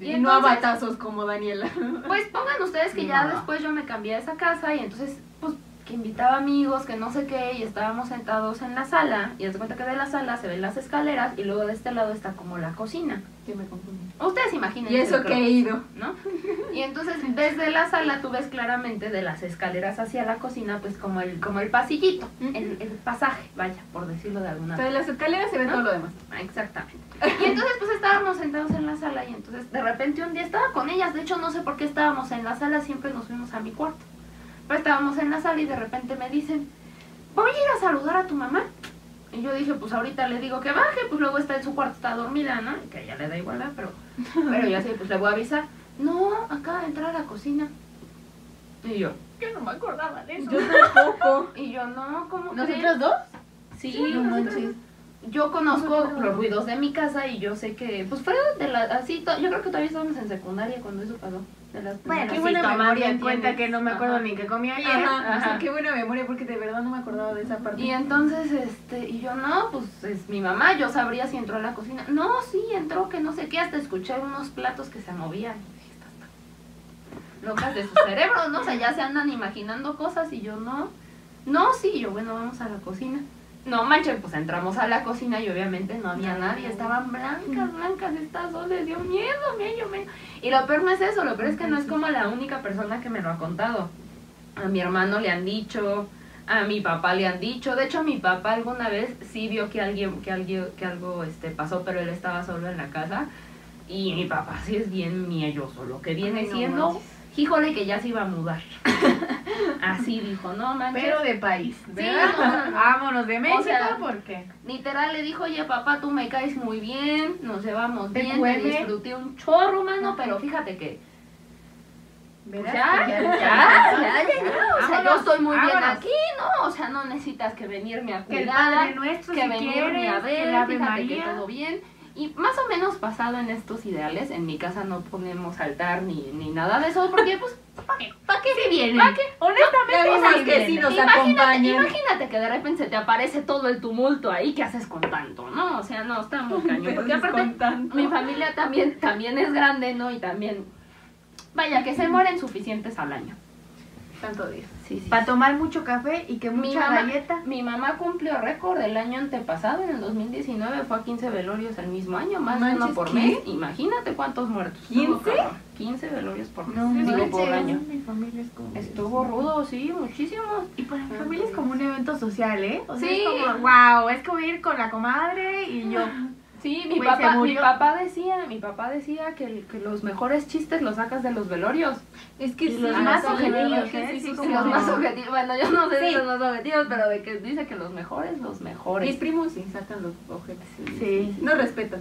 Speaker 3: Y
Speaker 2: Y no a
Speaker 3: entonces-
Speaker 2: batazos como Daniela.
Speaker 3: Pues pongan ustedes que
Speaker 2: Mi
Speaker 3: ya
Speaker 2: mamá.
Speaker 3: después yo me cambié a esa casa y entonces, pues, que invitaba amigos, que no sé qué, y estábamos sentados en la sala, y haz de cuenta que de la sala se ven las escaleras y luego de este lado está como la cocina.
Speaker 2: Que me confundí.
Speaker 3: Ustedes imaginen.
Speaker 2: Y eso que he ido.
Speaker 3: ¿no? Y entonces desde la sala tú ves claramente de las escaleras hacia la cocina, pues como el, como el pasillito,
Speaker 2: Ujú.
Speaker 3: el, el pasaje, vaya, por decirlo de alguna
Speaker 2: O sea, de las escaleras se ve
Speaker 3: ¿No?
Speaker 2: todo lo demás.
Speaker 3: Ah, Exactamente. Y entonces pues estábamos sentados en la sala y entonces de repente un día estaba con ellas, de hecho no sé por qué estábamos en la sala, siempre nos fuimos a mi cuarto. Pero estábamos en la sala y de repente me dicen, voy a ir a saludar a tu mamá. Y yo dije, pues ahorita le digo que baje, pues luego está en su cuarto, está dormida, ¿no? Y que a ella le da igual, ¿verdad? pero, pero yo así, pues le voy a avisar. No, acaba de entrar a la cocina. Y yo,
Speaker 1: Yo no me acordaba de eso.
Speaker 2: Yo tampoco.
Speaker 3: y yo, no, ¿cómo
Speaker 2: ¿Nosotros dos?
Speaker 3: crees?". Sí,
Speaker 2: No
Speaker 3: nosotros
Speaker 2: manches.
Speaker 3: yo conozco
Speaker 1: No, pero-
Speaker 3: los ruidos de mi casa y yo sé que, pues fuera de la, así, to- yo creo que todavía estábamos en secundaria cuando eso pasó. De las
Speaker 1: Bueno,
Speaker 2: Qué
Speaker 1: sí,
Speaker 2: buena
Speaker 1: tomando
Speaker 2: memoria
Speaker 1: en cuenta
Speaker 2: tienes.
Speaker 1: que no me acuerdo
Speaker 3: Ajá.
Speaker 1: ni que comí ayer.
Speaker 2: Ajá,
Speaker 3: Ajá.
Speaker 2: O sea, qué buena memoria porque de verdad no me acordaba de esa parte.
Speaker 3: Y entonces, este, y yo, no, pues es mi mamá, yo sabría si entró a la cocina. No, sí, entró, que no sé qué, hasta escuché unos platos que se movían. Y dije, "Estas están Locas de sus cerebros, ¿no? O sea, ya se andan imaginando cosas y yo, no, no, sí, y yo, bueno, vamos a la cocina. No manchen, pues entramos a la cocina y obviamente no había nadie, estaban blancas, blancas estas soles, dio miedo, miedo, yo me- Y lo peor no es eso, lo peor es que no es como la única persona que me lo ha contado. A mi hermano le han dicho, a mi papá le han dicho. De hecho, mi papá alguna vez sí vio que alguien, que alguien, que algo este pasó, pero él estaba solo en la casa. Y mi papá sí es bien mielloso, lo que viene
Speaker 2: Ay, no
Speaker 3: siendo,
Speaker 2: manches.
Speaker 3: híjole que ya se iba a mudar. Así dijo, no manches.
Speaker 1: Pero de país, ¿verdad?
Speaker 3: no, no, no.
Speaker 1: Vámonos de México,
Speaker 3: O sea,
Speaker 1: porque
Speaker 3: Literal le dijo, oye papá, tú me caes muy bien, nos llevamos
Speaker 1: Te
Speaker 3: bien,
Speaker 1: cuele.
Speaker 3: te disfruté un chorro, mano, pero fíjate que
Speaker 1: verás
Speaker 3: pues ya,
Speaker 1: que
Speaker 3: ya,
Speaker 1: ya-
Speaker 3: ya, ya, o sea, yo
Speaker 1: Vámonos,
Speaker 3: estoy muy bien
Speaker 1: vámonos.
Speaker 3: aquí, ¿no? O sea, no necesitas que venirme a
Speaker 1: Que el
Speaker 3: cuidar,
Speaker 1: Padre Nuestro,
Speaker 3: que
Speaker 1: si
Speaker 3: venirme
Speaker 1: quieres,
Speaker 3: a
Speaker 1: que
Speaker 3: ver,
Speaker 1: el Ave
Speaker 3: fíjate que
Speaker 1: María.
Speaker 3: todo bien. Y más o menos pasado en estos ideales, en mi casa no podemos saltar ni, ni nada de eso, porque pues, ¿para qué? ¿Para qué
Speaker 1: Sí
Speaker 3: vienen?
Speaker 1: vienen.
Speaker 3: ¿Para qué?
Speaker 1: Honestamente,
Speaker 2: Ya
Speaker 1: sí
Speaker 2: vimos que
Speaker 1: vienen.
Speaker 2: sí nos
Speaker 3: Imagínate,
Speaker 2: acompañan.
Speaker 3: Imagínate que de repente se te aparece todo el tumulto ahí, ¿qué haces con tanto? No, o sea, no, está muy cañón. Porque
Speaker 2: Pero
Speaker 3: aparte,
Speaker 2: con tanto.
Speaker 3: mi familia también, también es grande, ¿no? Y también, vaya, que se mueren suficientes al año.
Speaker 2: Santo Dios.
Speaker 3: Sí, sí.
Speaker 1: Para tomar mucho café y que
Speaker 3: Mi
Speaker 1: mucha
Speaker 3: mamá,
Speaker 1: galleta.
Speaker 3: mi mamá cumplió récord el año antepasado, en el 2019 fue a 15 velorios al mismo año, más de uno
Speaker 2: Manches,
Speaker 3: por
Speaker 2: ¿qué?
Speaker 3: mes. Imagínate cuántos muertos.
Speaker 2: ¿Quince?
Speaker 3: tuvo, cabrón. 15 velorios por mes.
Speaker 2: No
Speaker 3: digo,
Speaker 2: manches.
Speaker 3: por año.
Speaker 1: Mi familia es como-
Speaker 3: Estuvo rudo, sí, muchísimos.
Speaker 1: Y para mi familia es como un evento social, ¿eh? O sea,
Speaker 3: Sí.
Speaker 1: es como, wow, es como ir con la comadre y yo.
Speaker 3: Sí, mi
Speaker 1: Güey, se
Speaker 3: papá, mi
Speaker 1: murió.
Speaker 3: papá decía, mi papá decía que, el- que los mejores chistes los sacas de los velorios.
Speaker 2: Es que
Speaker 1: Y
Speaker 2: sí,
Speaker 1: los
Speaker 2: la
Speaker 1: más
Speaker 2: verdad,
Speaker 1: objetivos,
Speaker 2: que
Speaker 1: ¿eh?
Speaker 2: sí,
Speaker 1: Sí,
Speaker 2: sus-
Speaker 1: como-
Speaker 3: Los
Speaker 1: No.
Speaker 3: más objetivos, bueno, yo no sé si
Speaker 1: Sí.
Speaker 3: los más objetivos, pero de que dice que los mejores,
Speaker 2: Mis
Speaker 3: los mejores.
Speaker 2: primos sí sacan los objetos.
Speaker 1: Sí.
Speaker 2: No respetan.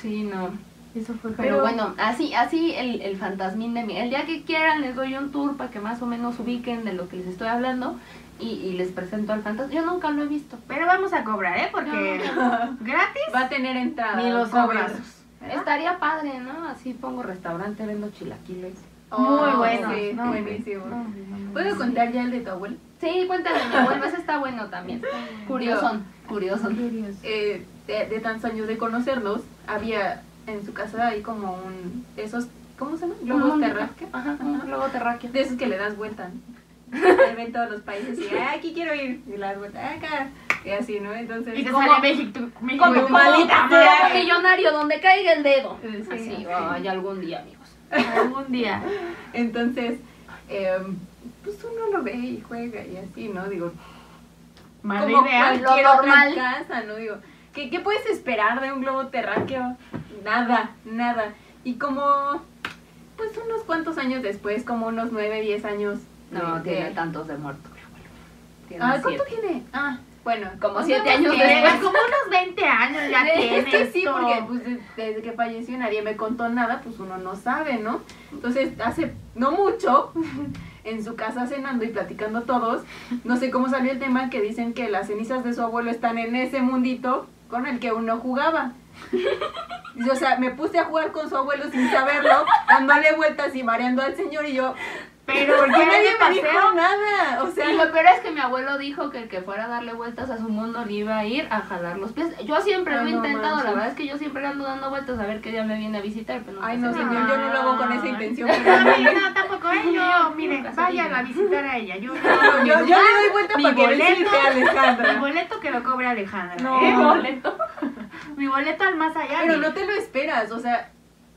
Speaker 3: Sí, no.
Speaker 1: Eso fue
Speaker 3: Pero bueno, así, así el, el fantasmín de mí. El día que quieran les doy un tour para que más o menos ubiquen de lo que les estoy hablando y, y les presento al fantasma. Yo nunca lo he visto.
Speaker 1: Pero vamos a cobrar, ¿eh? Porque gratis
Speaker 2: Va a tener entrada.
Speaker 1: ni los
Speaker 2: cobrar.
Speaker 1: abrazos.
Speaker 3: Estaría padre, ¿no? Así pongo restaurante, vendo chilaquiles.
Speaker 2: Oh,
Speaker 1: Muy bueno.
Speaker 2: Sí,
Speaker 1: No,
Speaker 2: buenísimo.
Speaker 1: no, no, no.
Speaker 2: ¿Puedo contar ya el de tu abuelo?
Speaker 3: Sí, cuéntame, mi abuelo, ese está bueno también. Curioso, curioso.
Speaker 2: eh, de, de tantos años de conocernos, había en su casa ahí como un. esos. ¿Cómo se llaman? Globos terráqueos.
Speaker 3: Ajá, un globo terráqueo.
Speaker 2: De esos que le das vuelta. ¿no? Ahí ven todos los países y "Ah, aquí quiero ir. Y le das vuelta, "Ah, acá. Y así, ¿no? Entonces.
Speaker 1: Y te
Speaker 2: como-
Speaker 1: sale México, tú- México
Speaker 2: como
Speaker 1: tú-
Speaker 2: malita
Speaker 3: Globo
Speaker 2: sea.
Speaker 3: millonario, donde caiga el dedo.
Speaker 2: Sí.
Speaker 3: Así, ay, algún día, amigos.
Speaker 1: Algún día.
Speaker 2: Entonces, eh, pues uno lo ve y juega y así, ¿no? Digo,
Speaker 1: Mala
Speaker 2: como
Speaker 1: idea.
Speaker 2: cualquier
Speaker 3: Lo
Speaker 2: otra
Speaker 3: normal.
Speaker 2: casa, ¿no? Digo, ¿qué, qué puedes esperar de un globo terráqueo? Nada, nada. Y como, pues unos cuantos años después, como unos 9, 10 años.
Speaker 3: No,
Speaker 2: de-
Speaker 3: tiene
Speaker 2: de-
Speaker 3: tantos de muerto, mi abuelo. Tiene
Speaker 2: Ah, ¿cuánto
Speaker 3: siete.
Speaker 2: tiene? Ah, bueno,
Speaker 3: Como
Speaker 2: unos
Speaker 3: siete años
Speaker 2: diez.
Speaker 3: después.
Speaker 1: Como unos 20 años ya tiene.
Speaker 2: Es que sí,
Speaker 1: esto.
Speaker 2: porque pues, de- desde que falleció nadie me contó nada, pues uno no sabe, ¿no? Entonces, hace no mucho, en su casa cenando y platicando todos, no sé cómo salió el tema que dicen que las cenizas de su abuelo están en ese mundito con el que uno jugaba. Y, o sea, me puse a jugar con su abuelo sin saberlo, dándole vueltas y mareando al señor y yo,
Speaker 1: Pero
Speaker 2: ¿por qué
Speaker 1: ya
Speaker 2: nadie
Speaker 1: de
Speaker 2: me dijo
Speaker 1: paseo.
Speaker 2: nada? O
Speaker 3: Y
Speaker 2: sea,
Speaker 3: lo peor es que mi abuelo dijo que el que fuera a darle vueltas a su mundo le iba a ir a jalar los pies. Yo siempre
Speaker 2: Ay,
Speaker 3: lo he
Speaker 2: Ah, no
Speaker 3: intentado, la
Speaker 2: manches.
Speaker 3: verdad es que yo siempre le ando dando vueltas a ver qué día me viene a visitar. Pero nunca
Speaker 2: ay
Speaker 3: se
Speaker 2: no
Speaker 3: dio.
Speaker 2: señor, yo no lo hago con esa intención.
Speaker 1: No, no, no, tampoco ¿eh? yo, mire,
Speaker 3: Nunca se
Speaker 1: vayan
Speaker 3: diga.
Speaker 1: a visitar a ella. Yo,
Speaker 2: Yo, yo le doy vuelta
Speaker 1: Mi
Speaker 2: para que le
Speaker 1: boleto.
Speaker 2: sirve a
Speaker 1: mi
Speaker 2: Alejandra.
Speaker 1: boleto que lo cobre Alejandra.
Speaker 2: No.
Speaker 1: ¿eh?
Speaker 3: Mi boleto.
Speaker 1: Mi boleto al más allá.
Speaker 2: Pero
Speaker 1: mi-
Speaker 2: no te lo esperas, o sea,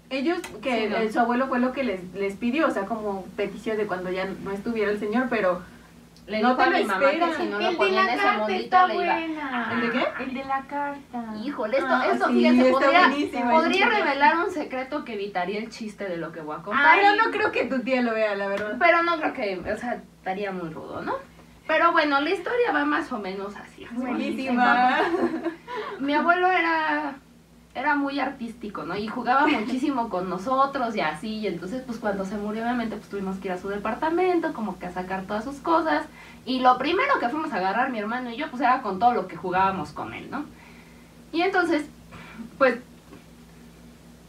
Speaker 2: ellos, que
Speaker 3: Sí, no.
Speaker 2: eh, su abuelo fue lo que les, les pidió, o sea, como petición de cuando ya no estuviera el señor, pero
Speaker 3: Le
Speaker 2: No
Speaker 3: dijo
Speaker 2: te
Speaker 3: a
Speaker 2: lo
Speaker 3: mi mamá que
Speaker 2: esperas.
Speaker 3: si no
Speaker 1: el
Speaker 3: lo
Speaker 1: de
Speaker 3: ponía
Speaker 1: la
Speaker 3: en ese
Speaker 1: carta
Speaker 3: mundito
Speaker 1: está
Speaker 3: le iba.
Speaker 1: buena.
Speaker 2: ¿El de qué?
Speaker 1: El de la carta.
Speaker 3: Híjole, esto,
Speaker 2: Ah,
Speaker 3: esto,
Speaker 2: sí,
Speaker 3: fíjense,
Speaker 2: está
Speaker 3: podría,
Speaker 2: buenísimo,
Speaker 3: podría
Speaker 2: está bien.
Speaker 3: revelar un secreto que evitaría el chiste de lo que voy a contar.
Speaker 1: Ay.
Speaker 2: pero no creo que tu tía lo vea, la verdad.
Speaker 3: Pero no creo que, o sea, estaría muy rudo, ¿no? Pero bueno, la historia va más o menos así.
Speaker 2: Buenísima.
Speaker 3: Mi abuelo era era muy artístico, ¿no? Y jugaba muchísimo con nosotros y así. Y entonces, pues cuando se murió, obviamente, pues tuvimos que ir a su departamento, como que a sacar todas sus cosas. Y lo primero que fuimos a agarrar mi hermano y yo, pues era con todo lo que jugábamos con él, ¿no? Y entonces, pues,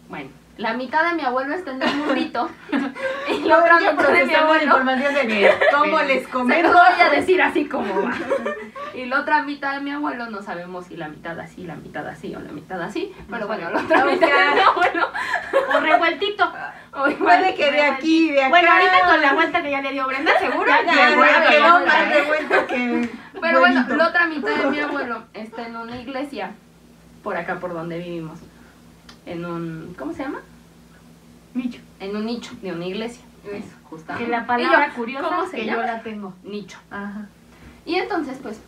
Speaker 3: bueno, la mitad de mi abuelo está en el mundito. y la otra
Speaker 2: Yo
Speaker 3: mitad de mi
Speaker 2: procesando la
Speaker 3: abuelo
Speaker 2: información de mi- cómo les
Speaker 3: se
Speaker 2: comento.
Speaker 3: lo voy a decir así como va. Y la otra mitad de mi abuelo no sabemos si la mitad así, la mitad así o la mitad así. Pero bueno, la otra
Speaker 2: O
Speaker 3: mitad
Speaker 2: sea,
Speaker 3: de mi abuelo.
Speaker 1: O revueltito.
Speaker 3: o igual-
Speaker 2: Puede que de aquí, de acá.
Speaker 1: Bueno, ahorita con la vuelta que ya le dio Brenda, seguro.
Speaker 2: Ya, ya,
Speaker 1: seguro
Speaker 2: ya,
Speaker 1: que
Speaker 2: quedó
Speaker 1: ya
Speaker 2: más
Speaker 1: sabe.
Speaker 2: revuelto que.
Speaker 3: Pero bueno,
Speaker 2: buenito.
Speaker 3: la otra mitad de mi abuelo está en una iglesia, por acá por donde vivimos. En un. ¿Cómo se llama?
Speaker 1: Nicho,
Speaker 3: En un nicho de una iglesia. Eso,
Speaker 1: que
Speaker 3: justamente.
Speaker 1: la palabra
Speaker 3: Y yo,
Speaker 1: curiosa
Speaker 3: ¿cómo se
Speaker 1: que
Speaker 3: llama?
Speaker 1: yo la tengo.
Speaker 3: Nicho.
Speaker 1: Ajá.
Speaker 3: Y entonces, pues,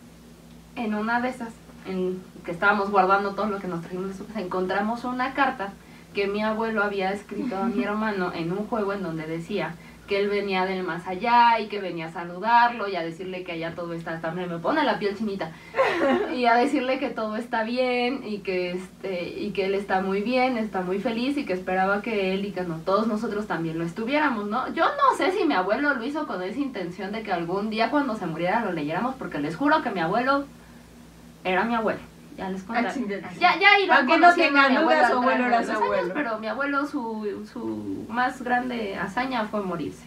Speaker 3: en una de esas, en que estábamos guardando todo lo que nos trajimos de su casa, encontramos una carta que mi abuelo había escrito a mi hermano en un juego en donde decía que él venía del más allá y que venía a saludarlo y a decirle que allá todo está, también me pone la piel chinita, y a decirle que todo está bien y que, este, y que él está muy bien, está muy feliz y que esperaba que él y que no, todos nosotros también lo estuviéramos, ¿no? Yo no sé si mi abuelo lo hizo con esa intención de que algún día cuando se muriera lo leyéramos, porque les juro que mi abuelo era mi abuelo, ya les
Speaker 2: Ah,
Speaker 3: contaré.
Speaker 2: chinga.
Speaker 3: Ya, ya
Speaker 2: Para
Speaker 3: irán
Speaker 2: que no
Speaker 3: conociendo a mi
Speaker 2: tengan
Speaker 3: abuelo
Speaker 2: dudas, su
Speaker 3: al
Speaker 2: abuelo era
Speaker 3: través de
Speaker 2: su
Speaker 3: los años,
Speaker 2: abuelo.
Speaker 3: pero mi abuelo su, su más grande hazaña fue morirse.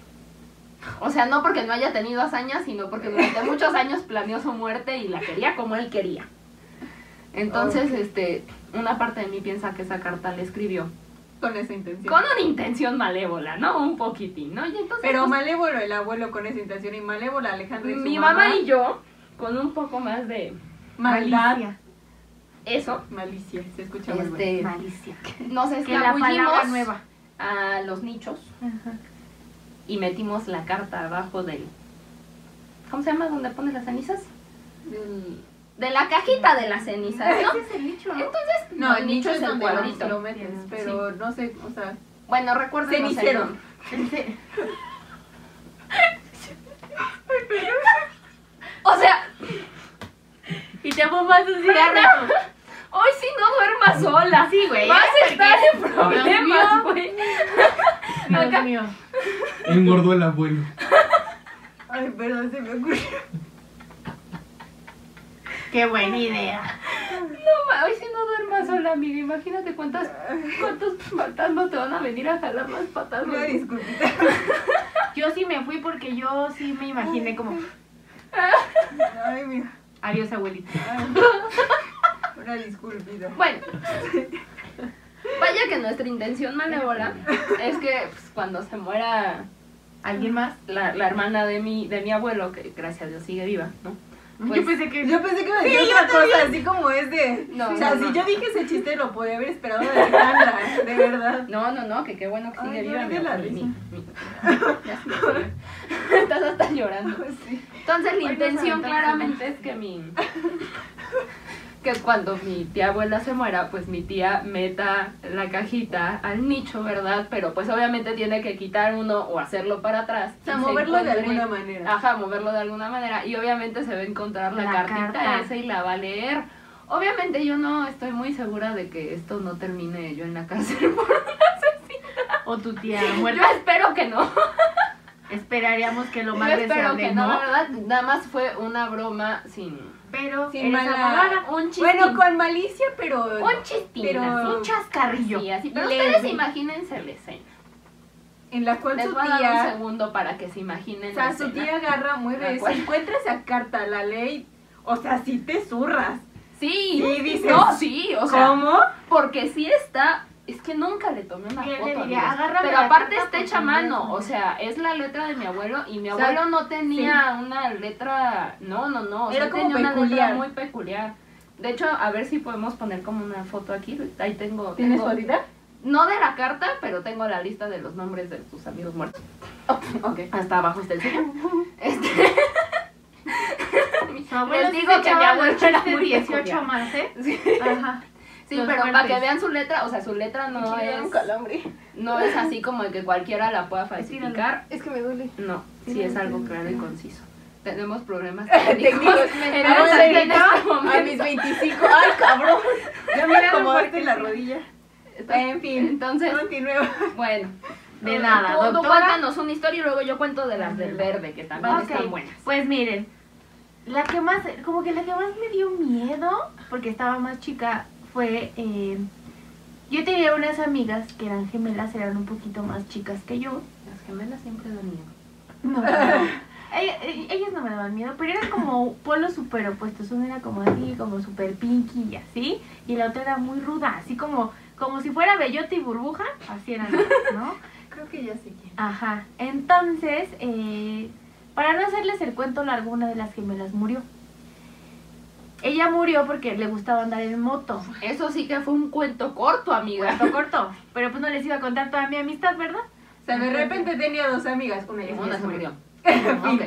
Speaker 3: O sea, no porque no haya tenido hazaña, sino porque durante muchos años planeó su muerte y la quería como él quería. Entonces, este, una parte de mí piensa que esa carta le escribió
Speaker 2: con esa intención.
Speaker 3: Con una intención malévola, ¿no? Un poquitín, ¿no? Y entonces,
Speaker 2: Pero
Speaker 3: pues,
Speaker 2: malévolo el abuelo con esa intención y malévola Alejandra y su
Speaker 3: mi mamá y yo, con un poco más de
Speaker 2: maldad.
Speaker 1: Malicia.
Speaker 3: eso,
Speaker 2: Malicia, se escucha muy mal.
Speaker 3: este,
Speaker 1: Malicia.
Speaker 3: nos
Speaker 1: Que la palabra
Speaker 3: escabullimos
Speaker 1: nueva.
Speaker 3: a los nichos
Speaker 1: Ajá.
Speaker 3: y metimos la carta abajo del... ¿Cómo se llama? ¿Dónde pones las cenizas? Del- de la cajita de las cenizas, ¿no?
Speaker 1: Ese es el nicho, ¿no?
Speaker 3: Entonces,
Speaker 2: No, el nicho es donde
Speaker 3: cuadrito.
Speaker 2: lo, lo metes, pero no sé, o sea,
Speaker 3: Bueno, recuerden
Speaker 2: Cenicero.
Speaker 1: Ese-
Speaker 3: O sea,
Speaker 1: Y te fumas un cigarro.
Speaker 3: hoy sí no duermas sola.
Speaker 1: Sí,
Speaker 2: ¿eh?
Speaker 1: güey.
Speaker 3: Vas a estar en problemas,
Speaker 1: mío.
Speaker 3: güey.
Speaker 1: Dios
Speaker 3: Acá.
Speaker 1: mío.
Speaker 4: Engordó el abuelo.
Speaker 2: ay, perdón, se me ocurrió.
Speaker 1: Qué buena idea.
Speaker 3: No, ma, hoy sí no duermas sola, amiga. Imagínate cuántas, cuántos fantasmas te van a venir a jalar las patas.
Speaker 2: Una
Speaker 3: güey.
Speaker 2: disculpita.
Speaker 1: Yo sí me fui porque yo sí me imaginé como,
Speaker 2: Ay, mira.
Speaker 1: adiós abuelita.
Speaker 2: ay. Una disculpita.
Speaker 3: Bueno, vaya que nuestra intención malévola es que pues, cuando se muera
Speaker 1: ¿Alguien más?
Speaker 3: la, la hermana de mi, de mi abuelo, que gracias a Dios sigue viva, ¿no?
Speaker 1: Pues, yo pensé que...
Speaker 2: Yo pensé que iba a decir otra cosa, así como es de.
Speaker 3: No,
Speaker 2: o sea,
Speaker 3: no,
Speaker 2: si
Speaker 3: no.
Speaker 2: yo dije ese chiste, lo podía haber esperado de Alejandra, de verdad.
Speaker 3: No, no, no, que qué bueno que sigue
Speaker 2: Ay,
Speaker 3: viva.
Speaker 2: lloré
Speaker 3: mi
Speaker 2: de la
Speaker 3: abuela,
Speaker 2: risa.
Speaker 3: mi- mi- ya se me fue. Estás hasta llorando.
Speaker 2: Sí.
Speaker 3: Entonces la
Speaker 1: nos
Speaker 3: intención
Speaker 1: aventamos
Speaker 3: claramente es que mi que cuando mi tía abuela se muera, pues mi tía meta la cajita al nicho, ¿verdad? Pero pues obviamente tiene que quitar uno o hacerlo para atrás.
Speaker 2: O sea,
Speaker 3: Y se
Speaker 2: moverlo de
Speaker 3: encuentre-
Speaker 2: alguna manera.
Speaker 3: Ajá, moverlo de alguna manera y obviamente se va a encontrar la,
Speaker 1: La
Speaker 3: cartita
Speaker 1: carta.
Speaker 3: esa y la va a leer. Obviamente yo no estoy muy segura de que esto no termine yo en la cárcel.
Speaker 1: O tu tía
Speaker 3: Yo
Speaker 1: muerta.
Speaker 3: espero que no.
Speaker 1: Esperaríamos que lo
Speaker 3: Yo
Speaker 1: más
Speaker 3: espero
Speaker 1: deseable,
Speaker 3: que no,
Speaker 1: ¿no?
Speaker 3: la verdad, nada más fue una broma sin
Speaker 1: Pero eres
Speaker 2: Sin mala-
Speaker 1: abogada.
Speaker 3: un chistín.
Speaker 2: Bueno, con malicia, pero.
Speaker 3: un chistín.
Speaker 2: pero-
Speaker 3: así.
Speaker 1: Un chascarrillo.
Speaker 3: Sí, así. Pero
Speaker 2: Leve.
Speaker 3: ustedes imagínense la escena.
Speaker 2: En la cual
Speaker 3: Les
Speaker 2: su
Speaker 3: voy a dar un
Speaker 2: tía.
Speaker 3: segundo para que se imaginen.
Speaker 2: O
Speaker 3: la
Speaker 2: sea, su
Speaker 3: escena.
Speaker 2: tía agarra,
Speaker 3: La
Speaker 2: mueve. Si
Speaker 3: cual-
Speaker 2: encuentra esa carta, la ley. O sea, si te zurras.
Speaker 3: Sí.
Speaker 2: Sí, dices.
Speaker 3: No, sí, o sea,
Speaker 2: ¿Cómo?
Speaker 3: porque sí está. Es que nunca le tomé una
Speaker 1: Yo le
Speaker 3: foto.
Speaker 1: diría,
Speaker 3: amigos.
Speaker 1: "Agárrame
Speaker 3: Pero
Speaker 1: la carta
Speaker 3: aparte está
Speaker 1: por
Speaker 3: hecha a mano.
Speaker 1: teléfono".
Speaker 3: O sea, es la letra de mi abuelo. Y mi
Speaker 2: O sea,
Speaker 3: abuelo no tenía una letra. No, no, no. o sea,
Speaker 2: Era como
Speaker 3: tenía una letra
Speaker 2: peculiar.
Speaker 3: muy peculiar. De hecho, a ver si podemos poner como una foto aquí. Ahí tengo.
Speaker 2: ¿Tienes
Speaker 3: tengo-
Speaker 2: ahorita?
Speaker 3: No de la carta, pero tengo la lista de los nombres de tus amigos muertos.
Speaker 2: Ok.
Speaker 3: Hasta abajo está el señor. Este...
Speaker 1: Tu abuelo
Speaker 3: Les
Speaker 1: sí
Speaker 3: digo
Speaker 1: se
Speaker 3: que
Speaker 1: echaba
Speaker 3: mi abuelo
Speaker 1: los
Speaker 3: era
Speaker 1: chistes
Speaker 3: muy
Speaker 1: 18
Speaker 3: peculiar.
Speaker 1: más, ¿eh?
Speaker 3: Sí,
Speaker 1: Ajá.
Speaker 3: sí,
Speaker 1: Los
Speaker 3: pero para
Speaker 1: fuertes.
Speaker 3: que vean su letra, o sea, su letra no
Speaker 2: Quiero
Speaker 3: es,
Speaker 2: un calambre.
Speaker 3: no es así como el que cualquiera la pueda falsificar.
Speaker 2: Es que me duele.
Speaker 3: No, sí
Speaker 2: Tíralo,
Speaker 3: es algo
Speaker 2: tíralo,
Speaker 3: claro y
Speaker 2: tíralo.
Speaker 3: conciso. Tenemos problemas técnicos.
Speaker 2: Técnicos.
Speaker 3: en
Speaker 2: Ahora
Speaker 3: este- en
Speaker 2: le
Speaker 3: este
Speaker 2: tocaba A mis
Speaker 3: momento.
Speaker 2: 25. ¡Ay, cabrón! Ya me
Speaker 1: Mira,
Speaker 2: acomodaste
Speaker 1: porque
Speaker 2: la
Speaker 1: sí.
Speaker 2: rodilla.
Speaker 3: Entonces-
Speaker 2: En fin.
Speaker 3: Entonces,
Speaker 2: Continúa.
Speaker 3: bueno.
Speaker 1: De nada,
Speaker 3: Tú- tú
Speaker 1: doctora.
Speaker 3: cuéntanos una historia y luego yo cuento de las del verde, que también
Speaker 1: Ok,
Speaker 3: están buenas.
Speaker 1: Pues miren, la que más, como que la que más me dio miedo, porque estaba más chica, fue. eh, yo tenía unas amigas que eran gemelas, eran un poquito más chicas que yo.
Speaker 3: Las gemelas siempre dan miedo.
Speaker 1: No, no. Ella- ella- Ellas no me daban miedo, pero eran como polos super opuestos. Una era como así, como super pinky y así. Y la otra era muy ruda, así como, como si fuera bellota y burbuja. Así eran, ¿no?
Speaker 2: Creo que ya sé quién.
Speaker 1: Ajá. Entonces, eh, para no hacerles el cuento largo, una de las gemelas murió. Ella murió porque le gustaba andar en moto.
Speaker 3: Eso sí que fue un cuento corto, amiga.
Speaker 1: Corto, corto. Pero pues no les iba a contar toda mi amistad, ¿verdad?
Speaker 2: O sea, de repente tenía dos amigas. Una ya
Speaker 3: Una se murió. Ok.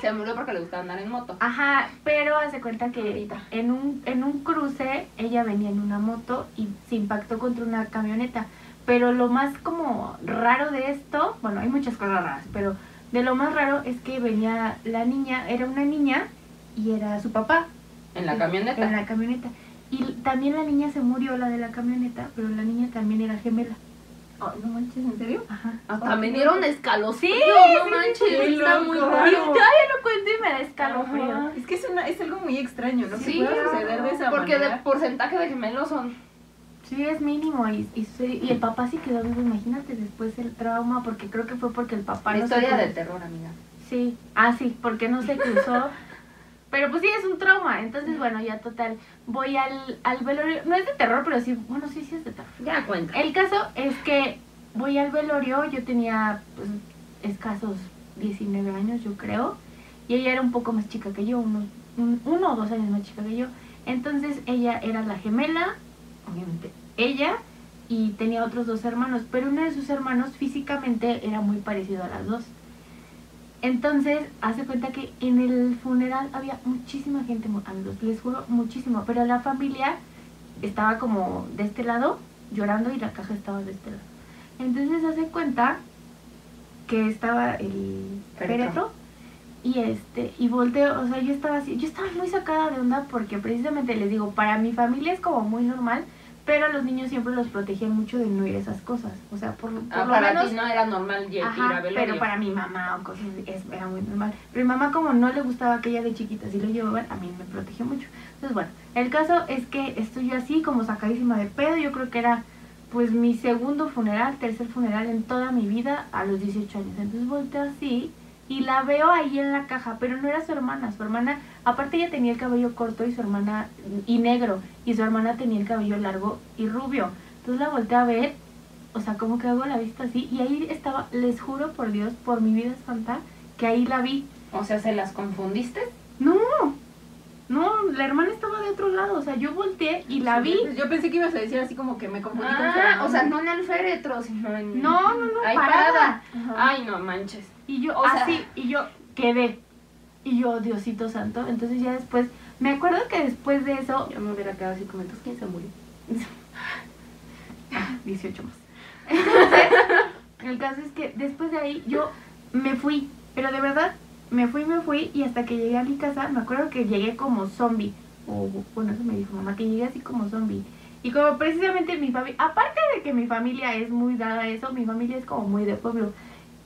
Speaker 3: Se murió porque le gustaba andar en moto.
Speaker 1: Ajá, pero hace cuenta que
Speaker 2: Ahorita.
Speaker 1: en un, en un cruce ella venía en una moto y se impactó contra una camioneta. Pero lo más como raro de esto, bueno, hay muchas cosas raras, pero de lo más raro es que venía la niña, era una niña y era su papá
Speaker 3: En la camioneta.
Speaker 1: en la camioneta. Y también la niña se murió, la de la camioneta, pero la niña también era gemela.
Speaker 2: Oh, no manches, ¿en serio?
Speaker 1: Ajá.
Speaker 3: Hasta me dieron escalofrío.
Speaker 1: Sí,
Speaker 3: no manches,
Speaker 2: sí, sí,
Speaker 3: está
Speaker 2: loco.
Speaker 3: muy
Speaker 1: Ay,
Speaker 3: raro.
Speaker 1: todavía lo cuento y me da escalofrío.
Speaker 3: Ajá.
Speaker 2: Es que es, una, es algo muy extraño, ¿no? Que
Speaker 3: Sí,
Speaker 2: pueda suceder de esa
Speaker 3: porque de
Speaker 2: manera.
Speaker 3: porcentaje de gemelos son.
Speaker 1: Sí, es mínimo. Y, y, sí- y el papá sí quedó vivo, imagínate después el trauma, porque creo que fue porque el papá no se
Speaker 3: historia
Speaker 1: cruzó.
Speaker 3: de terror, amiga.
Speaker 1: Sí, ah, sí, porque no se cruzó. Pero pues sí, es un trauma. Entonces, bueno, ya total, voy al, al velorio. No es de terror, pero sí, bueno, sí, sí es de terror.
Speaker 3: Ya cuenta.
Speaker 1: El caso es que voy al velorio, yo tenía pues, escasos 19 años, yo creo, y ella era un poco más chica que yo, unos, un- uno o dos años más chica que yo. Entonces ella era la gemela, obviamente ella, y tenía otros dos hermanos, pero uno de sus hermanos físicamente era muy parecido a las dos. Entonces, hace cuenta que en el funeral había muchísima gente, mu- amigos, les juro, muchísimo, pero la familia estaba como de este lado llorando y la caja estaba de este lado. Entonces hace cuenta que estaba el
Speaker 2: Féretro.
Speaker 1: féretro y este y volteo, o sea, yo estaba así, yo estaba muy sacada de onda porque precisamente les digo, para mi familia es como muy normal, pero los niños siempre los protegían mucho de no ir a esas cosas, o sea, por, por
Speaker 3: Ah,
Speaker 1: lo
Speaker 3: para
Speaker 1: menos
Speaker 3: ti no era normal ye- ir
Speaker 1: Ajá,
Speaker 3: a velorio.
Speaker 1: pero para mi mamá o cosas así, es- era muy normal. Pero mi mamá como no le gustaba que ella de chiquita así lo llevaban, a mí me protegió mucho. Entonces, bueno, el caso es que estoy yo así como sacadísima de pedo. Yo creo que era pues mi segundo funeral, tercer funeral en toda mi vida a los 18 años. Entonces volteo así y la veo ahí en la caja, pero no era su hermana. Su hermana, aparte ella tenía el cabello corto y su hermana, y negro, y su hermana tenía el cabello largo y rubio. Entonces la volteé a ver, o sea, como que hago la vista así, y ahí estaba, les juro por Dios, por mi vida santa, que ahí la vi.
Speaker 3: O sea, ¿se las confundiste?
Speaker 1: No, no, la hermana estaba de otro lado, o sea, yo volteé y la vi.
Speaker 2: Yo pensé que ibas a decir así como que me confundí con su
Speaker 3: Ah,
Speaker 2: hermano.
Speaker 3: o sea, no en el féretro, sino en...
Speaker 1: No, no, no,
Speaker 3: Ahí
Speaker 1: parada.
Speaker 3: parada.
Speaker 2: Ajá.
Speaker 3: Ay, no manches.
Speaker 1: Y yo
Speaker 3: O sea-
Speaker 1: así, y yo quedé. Y yo, Diosito santo, entonces ya después, me acuerdo que después de eso,
Speaker 3: Yo me hubiera quedado así como, entonces, ¿quién se murió?
Speaker 1: 18 más. Entonces, el caso es que después de ahí yo me fui, pero de verdad me fui, me fui y hasta que llegué a mi casa, me acuerdo que llegué como zombie. O bueno, eso me dijo mamá, que llegué así como zombie. Y como precisamente mi familia, aparte de que mi familia es muy dada a eso, mi familia es como muy de pueblo.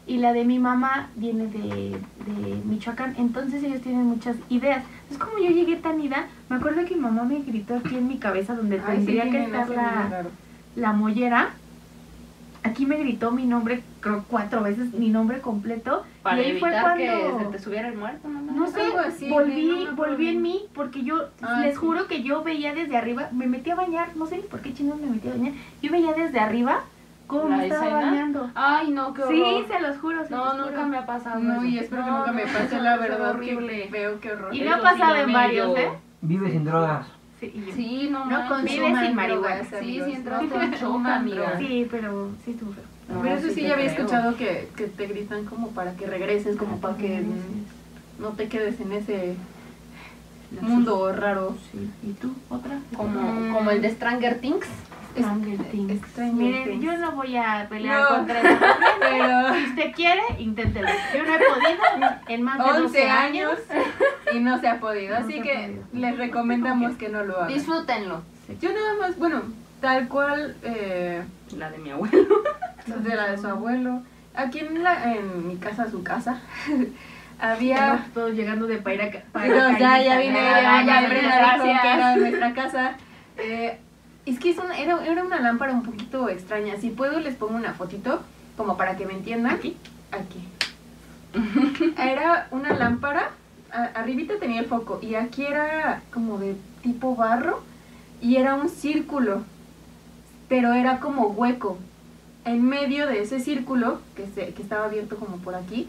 Speaker 1: Y la de mi mamá viene de, de Michoacán, entonces ellos tienen muchas ideas. Entonces como yo llegué tan ida, me acuerdo que mi mamá me gritó aquí en mi cabeza donde
Speaker 2: Ay, sí,
Speaker 1: tendría que
Speaker 2: tienen
Speaker 1: estar
Speaker 2: ese
Speaker 1: la
Speaker 2: muy raro.
Speaker 1: la mollera. Aquí me gritó mi nombre, creo cuatro veces, mi nombre completo.
Speaker 3: Para
Speaker 1: y ahí fue
Speaker 3: evitar que se
Speaker 1: cuando.
Speaker 3: te subiera el muerto, mamá.
Speaker 1: No sé,
Speaker 2: Algo así,
Speaker 1: volví,
Speaker 2: no me acuerdo
Speaker 1: volví en
Speaker 2: bien.
Speaker 1: mí porque yo
Speaker 2: Ah,
Speaker 1: les
Speaker 2: sí.
Speaker 1: juro que yo veía desde arriba, me metí a bañar, no sé ni por qué chingón me metí a bañar, yo veía desde arriba cómo
Speaker 3: ¿La
Speaker 1: me estaba
Speaker 3: escena?
Speaker 1: bañando.
Speaker 3: Ay, no, qué
Speaker 1: Sí,
Speaker 3: horror.
Speaker 1: se los juro, se
Speaker 3: no,
Speaker 1: los juro.
Speaker 3: nunca me ha pasado
Speaker 2: No, y
Speaker 3: eso.
Speaker 2: espero que
Speaker 3: No,
Speaker 2: nunca me
Speaker 3: no,
Speaker 2: pase
Speaker 3: eso-
Speaker 2: la
Speaker 3: eso es
Speaker 2: verdad.
Speaker 3: horrible.
Speaker 2: Que veo qué horror.
Speaker 1: Y me ha
Speaker 3: Eso sí
Speaker 1: pasado
Speaker 3: lo
Speaker 1: en
Speaker 3: vi
Speaker 1: varios,
Speaker 3: yo.
Speaker 1: ¿eh?
Speaker 5: Vive sin drogas.
Speaker 1: Sí, y yo. sí.
Speaker 3: Sí,
Speaker 1: No
Speaker 3: no, manches.
Speaker 1: consuman Vive sin marihuana.
Speaker 2: drogas,
Speaker 3: Sí,
Speaker 2: amigos,
Speaker 3: sí, entraste
Speaker 2: no
Speaker 3: en shock,
Speaker 2: consuman
Speaker 3: amiga.
Speaker 2: drogas.
Speaker 1: pero sí estuvo feo.
Speaker 3: No,
Speaker 2: Pero eso sí,
Speaker 3: te
Speaker 2: ya había
Speaker 3: creo.
Speaker 2: escuchado que, que te gritan como para que regreses, como para que mm, no te quedes en ese mundo raro.
Speaker 1: Sí. ¿Y tú? ¿Otra?
Speaker 3: Como,
Speaker 2: Mm.
Speaker 3: como el de Stranger Things.
Speaker 1: Stranger Things.
Speaker 2: Stranger
Speaker 1: Miren,
Speaker 2: Things.
Speaker 1: yo no voy a pelear
Speaker 2: No.
Speaker 1: contra esa
Speaker 2: Pero
Speaker 1: Si usted quiere, inténtelo. Yo no he podido en más de
Speaker 2: 11
Speaker 1: 12 años.
Speaker 2: años y no se ha podido,
Speaker 1: No se
Speaker 2: así
Speaker 1: ha
Speaker 2: que
Speaker 1: podido.
Speaker 2: les recomendamos que no lo hagan.
Speaker 3: Disfrútenlo.
Speaker 2: Yo nada más, bueno, tal cual eh,
Speaker 3: La de mi abuelo.
Speaker 2: de la de su abuelo. Aquí en, la, en mi casa, su casa, había...
Speaker 1: Estamos Todos llegando de Pairaca.
Speaker 2: Pero ya, ya vine,
Speaker 3: Ah,
Speaker 2: ya,
Speaker 3: ya,
Speaker 2: ya Brenda
Speaker 3: gracias.
Speaker 2: dijo que era nuestra casa. Eh, es que es una- era, era una lámpara un poquito extraña. Si puedo, les pongo una fotito, como para que me entiendan. Aquí. Aquí. era una lámpara, a- arribita tenía el foco, y aquí era como de tipo barro, y era un círculo, pero era como hueco. En medio de ese círculo, que, se- que estaba abierto como por aquí,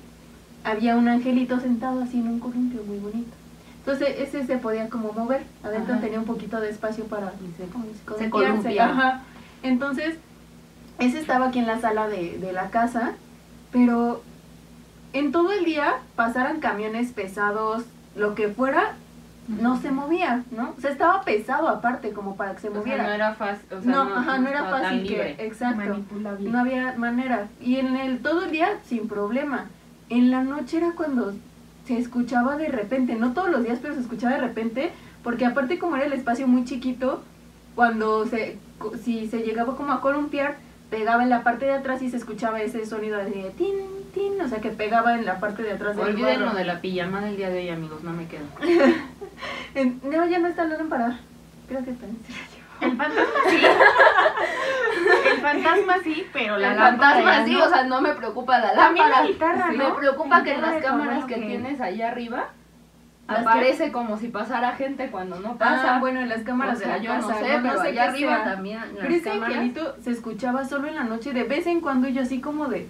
Speaker 2: había un angelito sentado así en un columpio muy bonito. Entonces ese se podía como mover, adentro
Speaker 3: Ajá.
Speaker 2: tenía un poquito de espacio para como
Speaker 3: se
Speaker 2: columpiarse.
Speaker 3: columpiaba.
Speaker 2: Ajá. Entonces, ese estaba aquí en la sala de, de la casa, pero en todo el día pasaran camiones pesados, lo que fuera, no se movía, ¿no? O sea, estaba pesado aparte como para que se
Speaker 3: O sea, no
Speaker 2: moviera.
Speaker 3: era fácil. O sea,
Speaker 2: no, ajá, no era
Speaker 3: estaba tan
Speaker 2: fácil que,
Speaker 3: libre.
Speaker 2: exacto.
Speaker 1: Manipulable.
Speaker 2: No había manera. Y en el todo el día sin problema. En la noche era cuando se escuchaba de repente, no todos los días, pero se escuchaba de repente, porque aparte como era el espacio muy chiquito, cuando se co- si se llegaba como a columpiar, pegaba en la parte de atrás y se escuchaba ese sonido así de tin tin, o sea, que pegaba en la parte de atrás del
Speaker 3: Olvídenlo
Speaker 2: barro.
Speaker 3: de la pijama del día de hoy, amigos, no me quedo.
Speaker 2: En- No, ya no está la lámpara. Creo que está en
Speaker 1: El fantasma sí. El fantasma sí, pero la
Speaker 3: El
Speaker 1: lámpara
Speaker 3: fantasma
Speaker 1: ya
Speaker 3: sí,
Speaker 1: no.
Speaker 3: o sea, no me preocupa la
Speaker 1: También
Speaker 3: lámpara.
Speaker 1: la guitarra,
Speaker 3: Sí,
Speaker 1: ¿no?
Speaker 3: Me preocupa que
Speaker 1: Guitarra
Speaker 3: las
Speaker 1: de tu
Speaker 3: cámaras
Speaker 1: abuelo
Speaker 3: que
Speaker 1: que-
Speaker 3: tienes allá arriba
Speaker 1: Las
Speaker 3: aparece como si pasara gente cuando no pasa.
Speaker 2: Ah, bueno, en las
Speaker 3: O
Speaker 2: cámaras
Speaker 3: sea,
Speaker 2: de
Speaker 3: yo
Speaker 2: la
Speaker 3: no
Speaker 2: casa,
Speaker 3: sé, pero allá
Speaker 2: qué
Speaker 3: arriba
Speaker 2: sea.
Speaker 3: también en las
Speaker 2: Pero ese
Speaker 3: cámaras.
Speaker 2: angelito se escuchaba solo en la noche, de vez en cuando y yo así como de...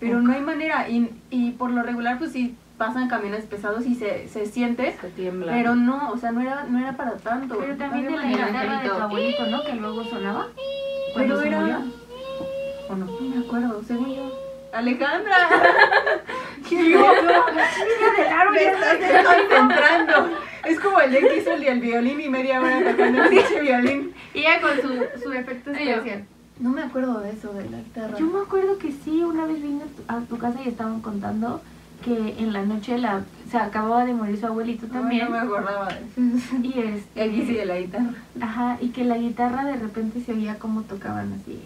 Speaker 2: Pero no hay manera, y, y por lo regular pues sí pasan camiones pesados y se, se siente,
Speaker 3: que tiembla.
Speaker 2: pero no, o sea, no era, no era para tanto.
Speaker 1: Pero también de
Speaker 2: no
Speaker 1: la
Speaker 2: había manera.
Speaker 1: guitarra de tu abuelito, ¿no? Que luego sonaba. Cuando
Speaker 2: Pero
Speaker 1: se
Speaker 2: era...
Speaker 1: murió. ¿O no?
Speaker 2: No me acuerdo, según yo. ¡Alejandra! Digo, me estás desconcentrando. Es como el de que hizo el del violín y media hora tocando el pinche violín.
Speaker 1: Y ella con su, su efecto
Speaker 3: Y yo.
Speaker 1: especial.
Speaker 2: No me acuerdo de eso, de la guitarra.
Speaker 1: Yo me acuerdo que sí, una vez vine a tu, a tu casa y estaban contando que en la noche la, se acababa de morir su abuelito
Speaker 2: también.
Speaker 1: también.
Speaker 2: No me acordaba de eso.
Speaker 1: Y este,
Speaker 2: El bici de la guitarra.
Speaker 1: Ajá, y que la guitarra de repente se oía como tocaban así.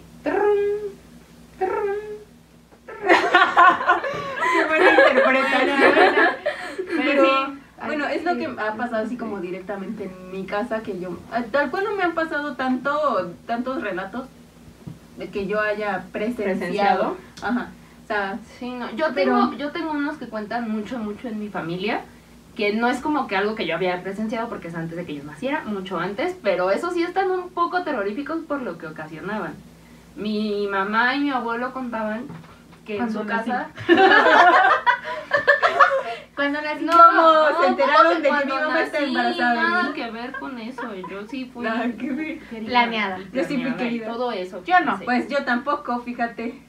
Speaker 2: Qué buena interpretación.
Speaker 1: Pero,
Speaker 2: Pero, bueno, es lo que ha pasado así como directamente en mi casa, que yo, ah, tal cual no me han pasado tanto, tantos relatos de que yo haya presenciado.
Speaker 3: Presenciado.
Speaker 2: Ajá. O sea,
Speaker 3: Sí, no. Yo
Speaker 2: Pero-
Speaker 3: tengo, yo tengo unos que cuentan mucho, mucho en mi familia, que no es como que algo que yo había presenciado porque es antes de que yo naciera, mucho antes, pero esos sí están un poco terroríficos por lo que ocasionaban. Mi mamá y mi abuelo contaban que en
Speaker 1: Cuando
Speaker 3: su
Speaker 1: nací.
Speaker 3: casa
Speaker 1: Cuando nací,
Speaker 3: No,
Speaker 2: ¿Cómo se
Speaker 3: no,
Speaker 2: enteraron
Speaker 3: ¿cómo
Speaker 2: de que
Speaker 3: cuando
Speaker 2: mi mamá está
Speaker 3: nací?
Speaker 2: embarazada de
Speaker 3: Nada
Speaker 2: mí?
Speaker 3: que ver con eso. Yo sí fui
Speaker 2: nada que ver.
Speaker 3: querida.
Speaker 1: Planeada.
Speaker 2: Yo sí fui
Speaker 3: Planeada y
Speaker 2: querida.
Speaker 3: Todo eso.
Speaker 1: Yo no,
Speaker 3: Sí.
Speaker 2: Pues yo tampoco, fíjate.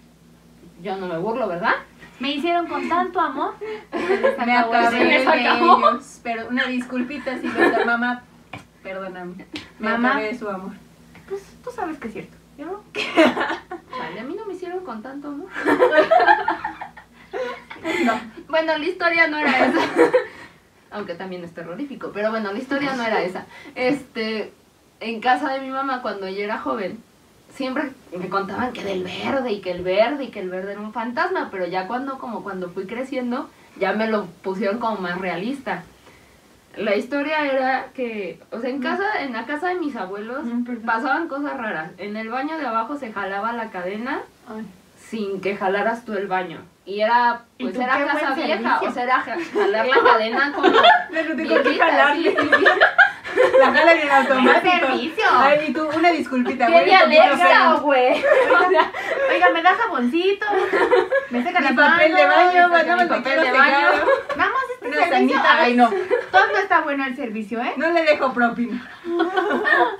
Speaker 3: yo no me burlo, ¿verdad?
Speaker 1: me hicieron con tanto amor.
Speaker 2: Me
Speaker 1: acabó el
Speaker 2: acabé
Speaker 3: bebé.
Speaker 2: de
Speaker 3: Se les acabó.
Speaker 2: ellos. Pero una disculpita si nuestra mamá, perdóname. Me
Speaker 1: Mamá.
Speaker 2: acabé de su amor.
Speaker 1: Pues tú sabes que es cierto. ¿yo no?
Speaker 3: Chale, a mí no me hicieron con tanto amor.
Speaker 2: No.
Speaker 3: Bueno, la historia no era esa. Aunque también es terrorífico, pero bueno, la historia no era esa. Este, en casa de mi mamá cuando ella era joven, siempre me contaban que del verde y que el verde y que el verde era un fantasma, pero ya cuando como cuando fui creciendo, ya me lo pusieron como más realista. La historia era que, o sea, en casa en la casa de mis abuelos
Speaker 2: Mm, perdón.
Speaker 3: pasaban cosas raras. En el baño de abajo se jalaba la cadena
Speaker 2: Ay.
Speaker 3: sin que jalaras tú el baño. Y era,
Speaker 1: ¿Y
Speaker 3: pues
Speaker 1: tú
Speaker 3: era
Speaker 1: qué
Speaker 3: casa
Speaker 1: buen
Speaker 3: vieja,
Speaker 1: servicio?
Speaker 3: o sea, era ja- jalar la cadena como
Speaker 2: Pero tengo que
Speaker 3: viejita,
Speaker 2: jalarle.
Speaker 3: sí, sí, sí.
Speaker 2: La jala en automático.
Speaker 1: servicio!
Speaker 2: Ay, y tú, una disculpita.
Speaker 3: ¿Qué
Speaker 2: voy
Speaker 3: de
Speaker 2: un poquito
Speaker 3: Alexa,
Speaker 2: feliz.
Speaker 3: güey? O sea,
Speaker 1: Oiga, me da jaboncito. Me saca
Speaker 2: Mi
Speaker 1: la
Speaker 2: papel de
Speaker 1: mano,
Speaker 2: baño,
Speaker 1: me saca
Speaker 2: mandame
Speaker 1: mi papel de
Speaker 2: baño.
Speaker 1: baño. Vamos, este
Speaker 2: Una
Speaker 1: servicio.
Speaker 2: sanita, ay no.
Speaker 1: Todo está bueno el servicio, ¿eh?
Speaker 2: No le dejo propina.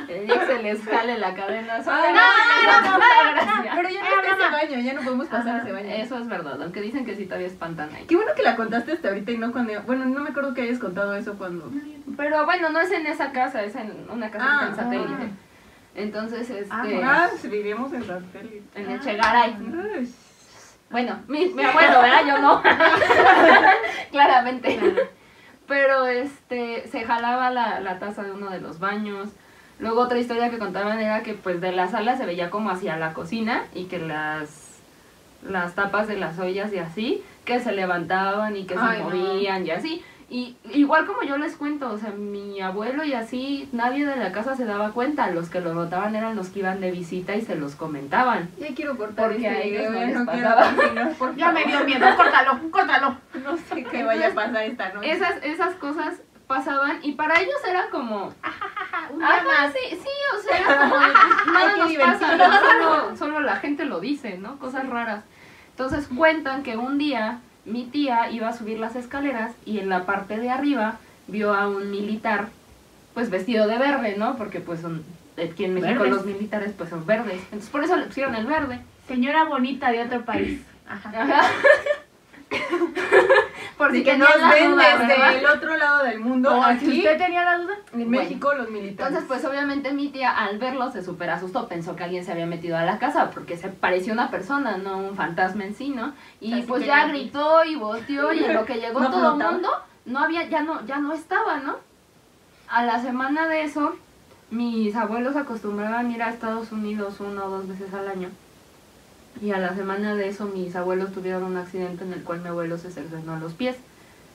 Speaker 3: el día que se les jale la cadena. solo
Speaker 2: Ay,
Speaker 3: Ah, no,
Speaker 1: no, no, no, no,
Speaker 3: gracias.
Speaker 2: Pero ya no
Speaker 1: Ay,
Speaker 2: está ese
Speaker 1: mamá.
Speaker 2: baño, ya no podemos pasar
Speaker 1: Ajá,
Speaker 2: ese baño.
Speaker 3: Eso es verdad, aunque dicen que sí todavía espantan ahí.
Speaker 2: Qué bueno que la contaste hasta ahorita y no cuando. Bueno, no me acuerdo que hayas contado eso cuando.
Speaker 3: Pero bueno, no es en esa casa, es en una casa
Speaker 2: Ah,
Speaker 3: que está en satélite. Entonces, este,
Speaker 1: Ah,
Speaker 2: Ah, vivíamos en satélite.
Speaker 3: en el Chegaray.
Speaker 2: Ay,
Speaker 3: Bueno, mi, mi abuelo, ¿verdad? Yo no. Claramente. Pero este, se jalaba la, la taza de uno de los baños. Luego otra historia que contaban era que pues de la sala se veía como hacia la cocina y que las, las tapas de las ollas y así, que se levantaban y que
Speaker 2: Ay,
Speaker 3: se
Speaker 2: no.
Speaker 3: movían y así. Y igual como yo les cuento, o sea, mi abuelo y así, nadie de la casa se daba cuenta. Los que lo notaban eran los que iban de visita y se los comentaban.
Speaker 2: Ya quiero cortar
Speaker 3: Porque
Speaker 2: este
Speaker 3: a
Speaker 2: video,
Speaker 3: ellos no
Speaker 2: ya
Speaker 3: les
Speaker 2: no quiero
Speaker 3: pasaba.
Speaker 2: continuar, por
Speaker 1: Ya me dio
Speaker 2: favor.
Speaker 1: miedo. Córtalo, córtalo.
Speaker 2: No sé qué vaya a pasar esta noche.
Speaker 3: esas, esas cosas pasaban y para ellos era como,
Speaker 1: Un día
Speaker 3: ajá,
Speaker 1: más.
Speaker 3: sí, sí, o sea, era como, de, pues, nada
Speaker 2: qué
Speaker 3: nos pasa,
Speaker 2: divertido.
Speaker 3: ¿no? solo, solo la gente lo dice, ¿no? Cosas raras. Entonces cuentan que un día mi tía iba a subir las escaleras y en la parte de arriba vio a un militar, pues vestido de verde, ¿no? Porque pues son, aquí en México
Speaker 1: Verdes.
Speaker 3: los militares pues son verdes, entonces por eso le pusieron el verde.
Speaker 1: Señora bonita de otro país. Ajá.
Speaker 3: Ajá. Por
Speaker 2: Así
Speaker 3: si
Speaker 2: que
Speaker 3: tenían
Speaker 2: nos
Speaker 3: la
Speaker 2: ven
Speaker 3: duda,
Speaker 1: este
Speaker 3: ¿verdad?
Speaker 2: desde el otro lado del mundo.
Speaker 1: No,
Speaker 2: aquí,
Speaker 1: si usted tenía la duda,
Speaker 2: en
Speaker 3: Bueno.
Speaker 2: México, los militares.
Speaker 3: Entonces, pues obviamente mi tía al verlo se super asustó, pensó que alguien se había metido a la casa porque se parecía una persona, no un fantasma en sí, ¿no? Y
Speaker 2: Así
Speaker 3: pues
Speaker 2: que
Speaker 3: ya
Speaker 2: no.
Speaker 3: gritó y volteó y en lo que llegó
Speaker 2: No
Speaker 3: todo el
Speaker 2: flotaba.
Speaker 3: mundo, no había, ya no, ya no estaba, ¿no? A la semana de eso, mis abuelos acostumbraban ir a Estados Unidos una o dos veces al año. Y a la semana de eso mis abuelos tuvieron un accidente en el cual mi abuelo se cercenó los pies.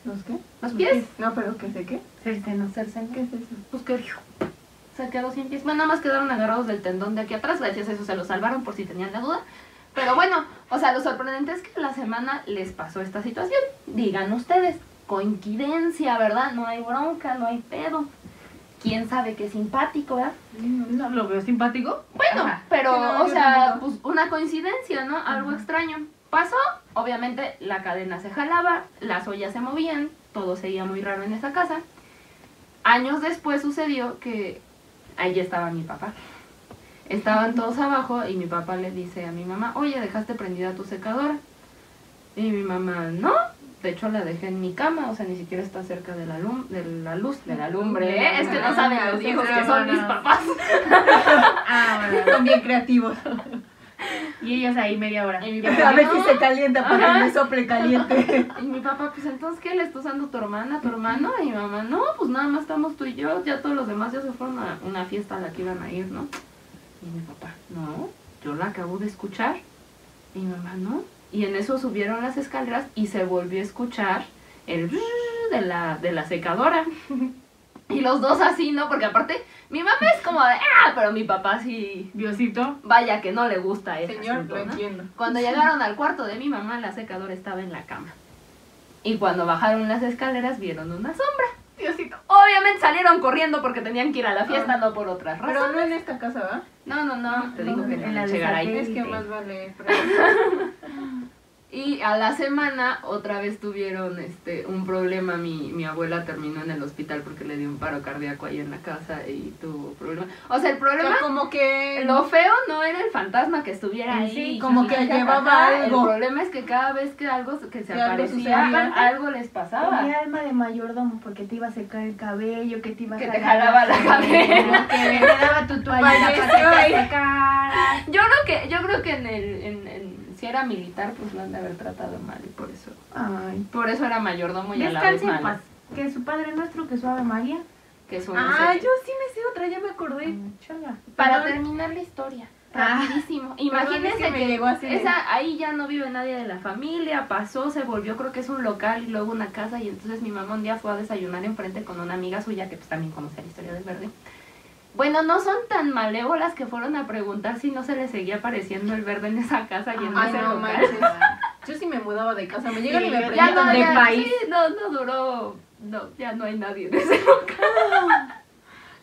Speaker 2: ¿Los qué?
Speaker 3: ¿Los pies?
Speaker 2: No, pero ¿qué sé qué?
Speaker 1: cercenos.
Speaker 2: ¿Qué es eso?
Speaker 3: Pues que dijo. Se quedó sin pies. Bueno, nada más quedaron agarrados del tendón de aquí atrás. Gracias a eso se lo salvaron por si tenían la duda. Pero bueno, o sea, lo sorprendente es que la semana les pasó esta situación. Digan ustedes. coincidencia, ¿verdad? No hay bronca, no hay pedo. ¿Quién sabe qué simpático, verdad?
Speaker 1: No lo veo simpático.
Speaker 3: Bueno,
Speaker 1: Ajá.
Speaker 3: pero,
Speaker 2: Sí, no,
Speaker 3: o
Speaker 2: yo
Speaker 3: sea,
Speaker 2: no.
Speaker 3: pues una coincidencia, ¿no? Algo extraño. Pasó, obviamente la cadena se jalaba, las ollas se movían, todo seguía muy raro en esa casa. Años después sucedió que ahí estaba mi papá. Estaban todos abajo y mi papá le dice a mi mamá, oye, dejaste prendida tu secadora. Y mi mamá, no, de hecho la dejé en mi cama, o sea, ni siquiera está cerca de la, lum- de la luz, de la lumbre. ¿eh? Es que no saben los hijos que son mis papás.
Speaker 1: Ah, bueno.
Speaker 2: Son bien creativos.
Speaker 1: Y ellos ahí media hora.
Speaker 3: Y mi
Speaker 1: Ya
Speaker 3: papá,
Speaker 2: A ver si
Speaker 3: no.
Speaker 2: se calienta para
Speaker 3: Ajá.
Speaker 2: que me sople caliente.
Speaker 3: Y mi papá, pues entonces, ¿qué le está usando tu hermana, tu hermano? Y mi mamá, no, pues nada más estamos tú y yo, ya todos los demás ya se fueron a una fiesta a la que iban a ir, ¿no? Y mi papá, no, yo la acabo de escuchar. Y mi mamá, no. Y en eso subieron las escaleras y se volvió a escuchar el de la, de la secadora. Y los dos así, ¿no? Porque aparte, mi mamá es como de, ah, pero mi papá sí,
Speaker 1: Diosito.
Speaker 3: vaya que no le gusta ese
Speaker 2: Señor,
Speaker 3: asunto,
Speaker 2: lo
Speaker 3: ¿no?
Speaker 2: entiendo.
Speaker 3: Cuando llegaron al cuarto de mi mamá, la secadora estaba en la cama. Y cuando bajaron las escaleras, vieron una sombra.
Speaker 1: Diosito.
Speaker 3: Obviamente salieron corriendo porque tenían que ir a la fiesta, no por otras
Speaker 2: Pero
Speaker 3: razones.
Speaker 2: no en esta casa, ¿va?
Speaker 3: No, no, no, te
Speaker 1: Ah. no,
Speaker 3: digo que
Speaker 1: en
Speaker 3: te van
Speaker 1: la
Speaker 3: a
Speaker 1: de
Speaker 3: llegar
Speaker 1: Saqué.
Speaker 3: ahí.
Speaker 2: Es que
Speaker 1: Sí.
Speaker 2: más vale.
Speaker 3: Y a la semana otra vez tuvieron este un problema. Mi, mi abuela terminó en el hospital porque le dio un paro cardíaco ahí en la casa y tuvo problema. O sea, el problema,
Speaker 2: Pero como que.
Speaker 3: lo feo no era el fantasma que estuviera ahí.
Speaker 1: Sí,
Speaker 2: como que
Speaker 3: jijiji,
Speaker 2: llevaba
Speaker 3: jajaja.
Speaker 2: algo.
Speaker 3: El problema es que cada vez que algo se- que se
Speaker 2: Que algo
Speaker 3: aparecía, algo,
Speaker 2: sucedía.
Speaker 3: les pasaba.
Speaker 1: Tenía alma de mayordomo porque te iba a secar el cabello, que te iba a
Speaker 3: Que te jalaba la cabeza.
Speaker 1: Que te daba tu toalla para
Speaker 2: Falleció
Speaker 1: que
Speaker 2: ahí.
Speaker 1: te secaras.
Speaker 3: Yo creo que, yo creo que en el, en, en- si era militar, pues lo han de haber tratado mal y por eso,
Speaker 1: Ay.
Speaker 3: por eso era mayordomo y a la vez
Speaker 1: Descanse en
Speaker 3: malo,
Speaker 1: paz. Que su Padre Nuestro, que su Ave María.
Speaker 3: que es un
Speaker 2: Ah,
Speaker 3: insecto.
Speaker 2: yo sí me sé otra, ya me acordé.
Speaker 1: Chola.
Speaker 3: Para
Speaker 2: perdón.
Speaker 3: terminar la historia,
Speaker 2: Ah.
Speaker 3: rapidísimo.
Speaker 2: Perdón,
Speaker 3: Imagínense
Speaker 2: es que me
Speaker 3: que
Speaker 2: llegó así de-
Speaker 3: esa, ahí ya no vive nadie de la familia, pasó, se volvió, creo que es un local y luego una casa. Y entonces mi mamá un día fue a desayunar enfrente con una amiga suya que pues también conocía la historia del verde. Bueno, no son tan malévolas que fueron a preguntar si no se le seguía apareciendo el verde en esa casa y en
Speaker 2: Ay,
Speaker 3: ese
Speaker 2: no
Speaker 3: local.
Speaker 2: manches. Yo sí me mudaba de casa. Me llegan y me
Speaker 1: Sí,
Speaker 3: Ya
Speaker 2: preguntan
Speaker 3: no,
Speaker 2: de
Speaker 3: ya,
Speaker 2: país.
Speaker 3: sí, no, no duró, no, ya no hay nadie en ese local.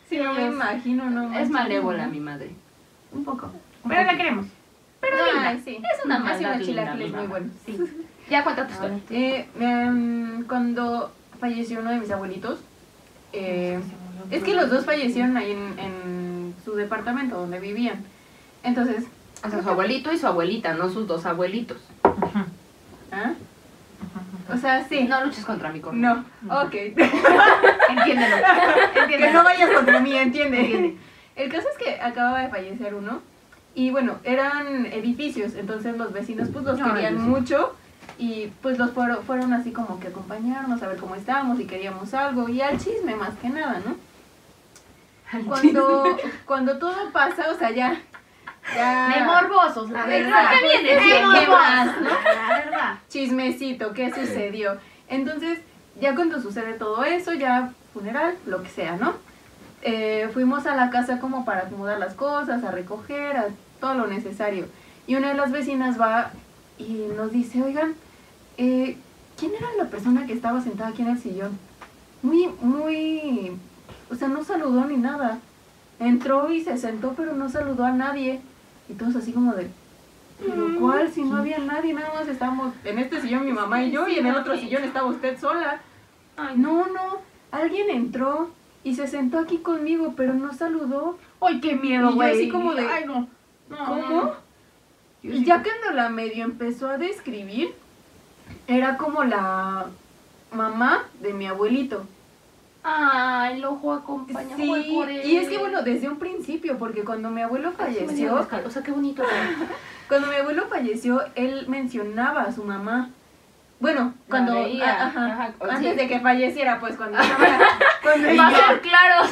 Speaker 2: Sí, no me
Speaker 3: es-
Speaker 2: imagino, no
Speaker 3: Es
Speaker 2: manches.
Speaker 3: malévola mi madre.
Speaker 1: Un poco. Pero la queremos.
Speaker 2: Pero
Speaker 3: linda. Es una
Speaker 2: Hace
Speaker 3: maldad
Speaker 2: unos
Speaker 3: linda,
Speaker 2: chilaquiles
Speaker 3: mi
Speaker 2: muy
Speaker 3: mamá.
Speaker 2: buenos.
Speaker 1: Sí.
Speaker 3: Ya cuenta tu
Speaker 1: Ahora
Speaker 3: historia.
Speaker 1: tú.
Speaker 2: Eh, em, cuando falleció uno de mis abuelitos, eh, es que los dos fallecieron ahí en, en su departamento donde vivían. Entonces,
Speaker 3: O sea, su abuelito y su abuelita, no sus dos abuelitos.
Speaker 1: Ajá.
Speaker 2: ¿ah? o sea, sí.
Speaker 3: No luches contra mi corona.
Speaker 2: No, ok.
Speaker 1: Entiéndelo.
Speaker 2: que no vayas contra mí, entiende.
Speaker 1: Entiende.
Speaker 2: El caso es que acababa de fallecer uno y bueno, eran edificios, entonces los vecinos pues los
Speaker 1: Ay,
Speaker 2: querían
Speaker 1: Dios.
Speaker 2: mucho y pues los fueron, fueron así como que acompañarnos a ver cómo estábamos y queríamos algo y al chisme más que nada, ¿no? Cuando, cuando todo pasa, o sea, ya... ya
Speaker 1: De morbosos, la
Speaker 2: De
Speaker 1: verdad.
Speaker 2: lo que
Speaker 3: viene
Speaker 1: De
Speaker 2: siendo, ¿qué
Speaker 1: morbosos,
Speaker 2: más, no?
Speaker 1: La verdad.
Speaker 2: chismecito, qué sucedió. Entonces, ya cuando sucede todo eso, ya funeral, lo que sea, ¿no? Eh, fuimos a la casa como para acomodar las cosas, a recoger, a todo lo necesario. Y una de las vecinas va y nos dice, oigan, eh, ¿quién era la persona que estaba sentada aquí en el sillón? Muy, muy, o sea, no saludó ni nada. Entró y se sentó, pero no saludó a nadie. Y todos así como de, ¿pero cuál? Si no había nadie, nada más estábamos en este sillón mi mamá y yo, y en el otro sillón estaba usted sola.
Speaker 3: Ay, no.
Speaker 2: No, no, alguien entró y se sentó aquí conmigo, pero no saludó.
Speaker 1: Ay, qué miedo,
Speaker 2: Y yo
Speaker 1: güey.
Speaker 2: así como de-
Speaker 1: Ay, no. No, no,
Speaker 2: ¿Cómo?
Speaker 1: no. Yo
Speaker 2: Y
Speaker 1: sí
Speaker 2: ya cuando la medio empezó a describir, era como la mamá de mi abuelito.
Speaker 3: Ay, el ojo acompaña
Speaker 2: Sí,
Speaker 3: fue por él.
Speaker 2: y es que bueno, desde un principio, porque cuando mi abuelo
Speaker 3: Ay, sí me dio
Speaker 2: falleció,
Speaker 3: Oscar. O sea, qué bonito.
Speaker 2: cuando mi abuelo falleció, él mencionaba a su mamá. Bueno, cuando
Speaker 3: La veía.
Speaker 2: ah, ajá,
Speaker 3: Ajá, o
Speaker 2: antes
Speaker 3: sí.
Speaker 2: de que falleciera, pues cuando estaba cuando
Speaker 1: Sí,
Speaker 3: Va a
Speaker 2: estaba-
Speaker 3: ser claro.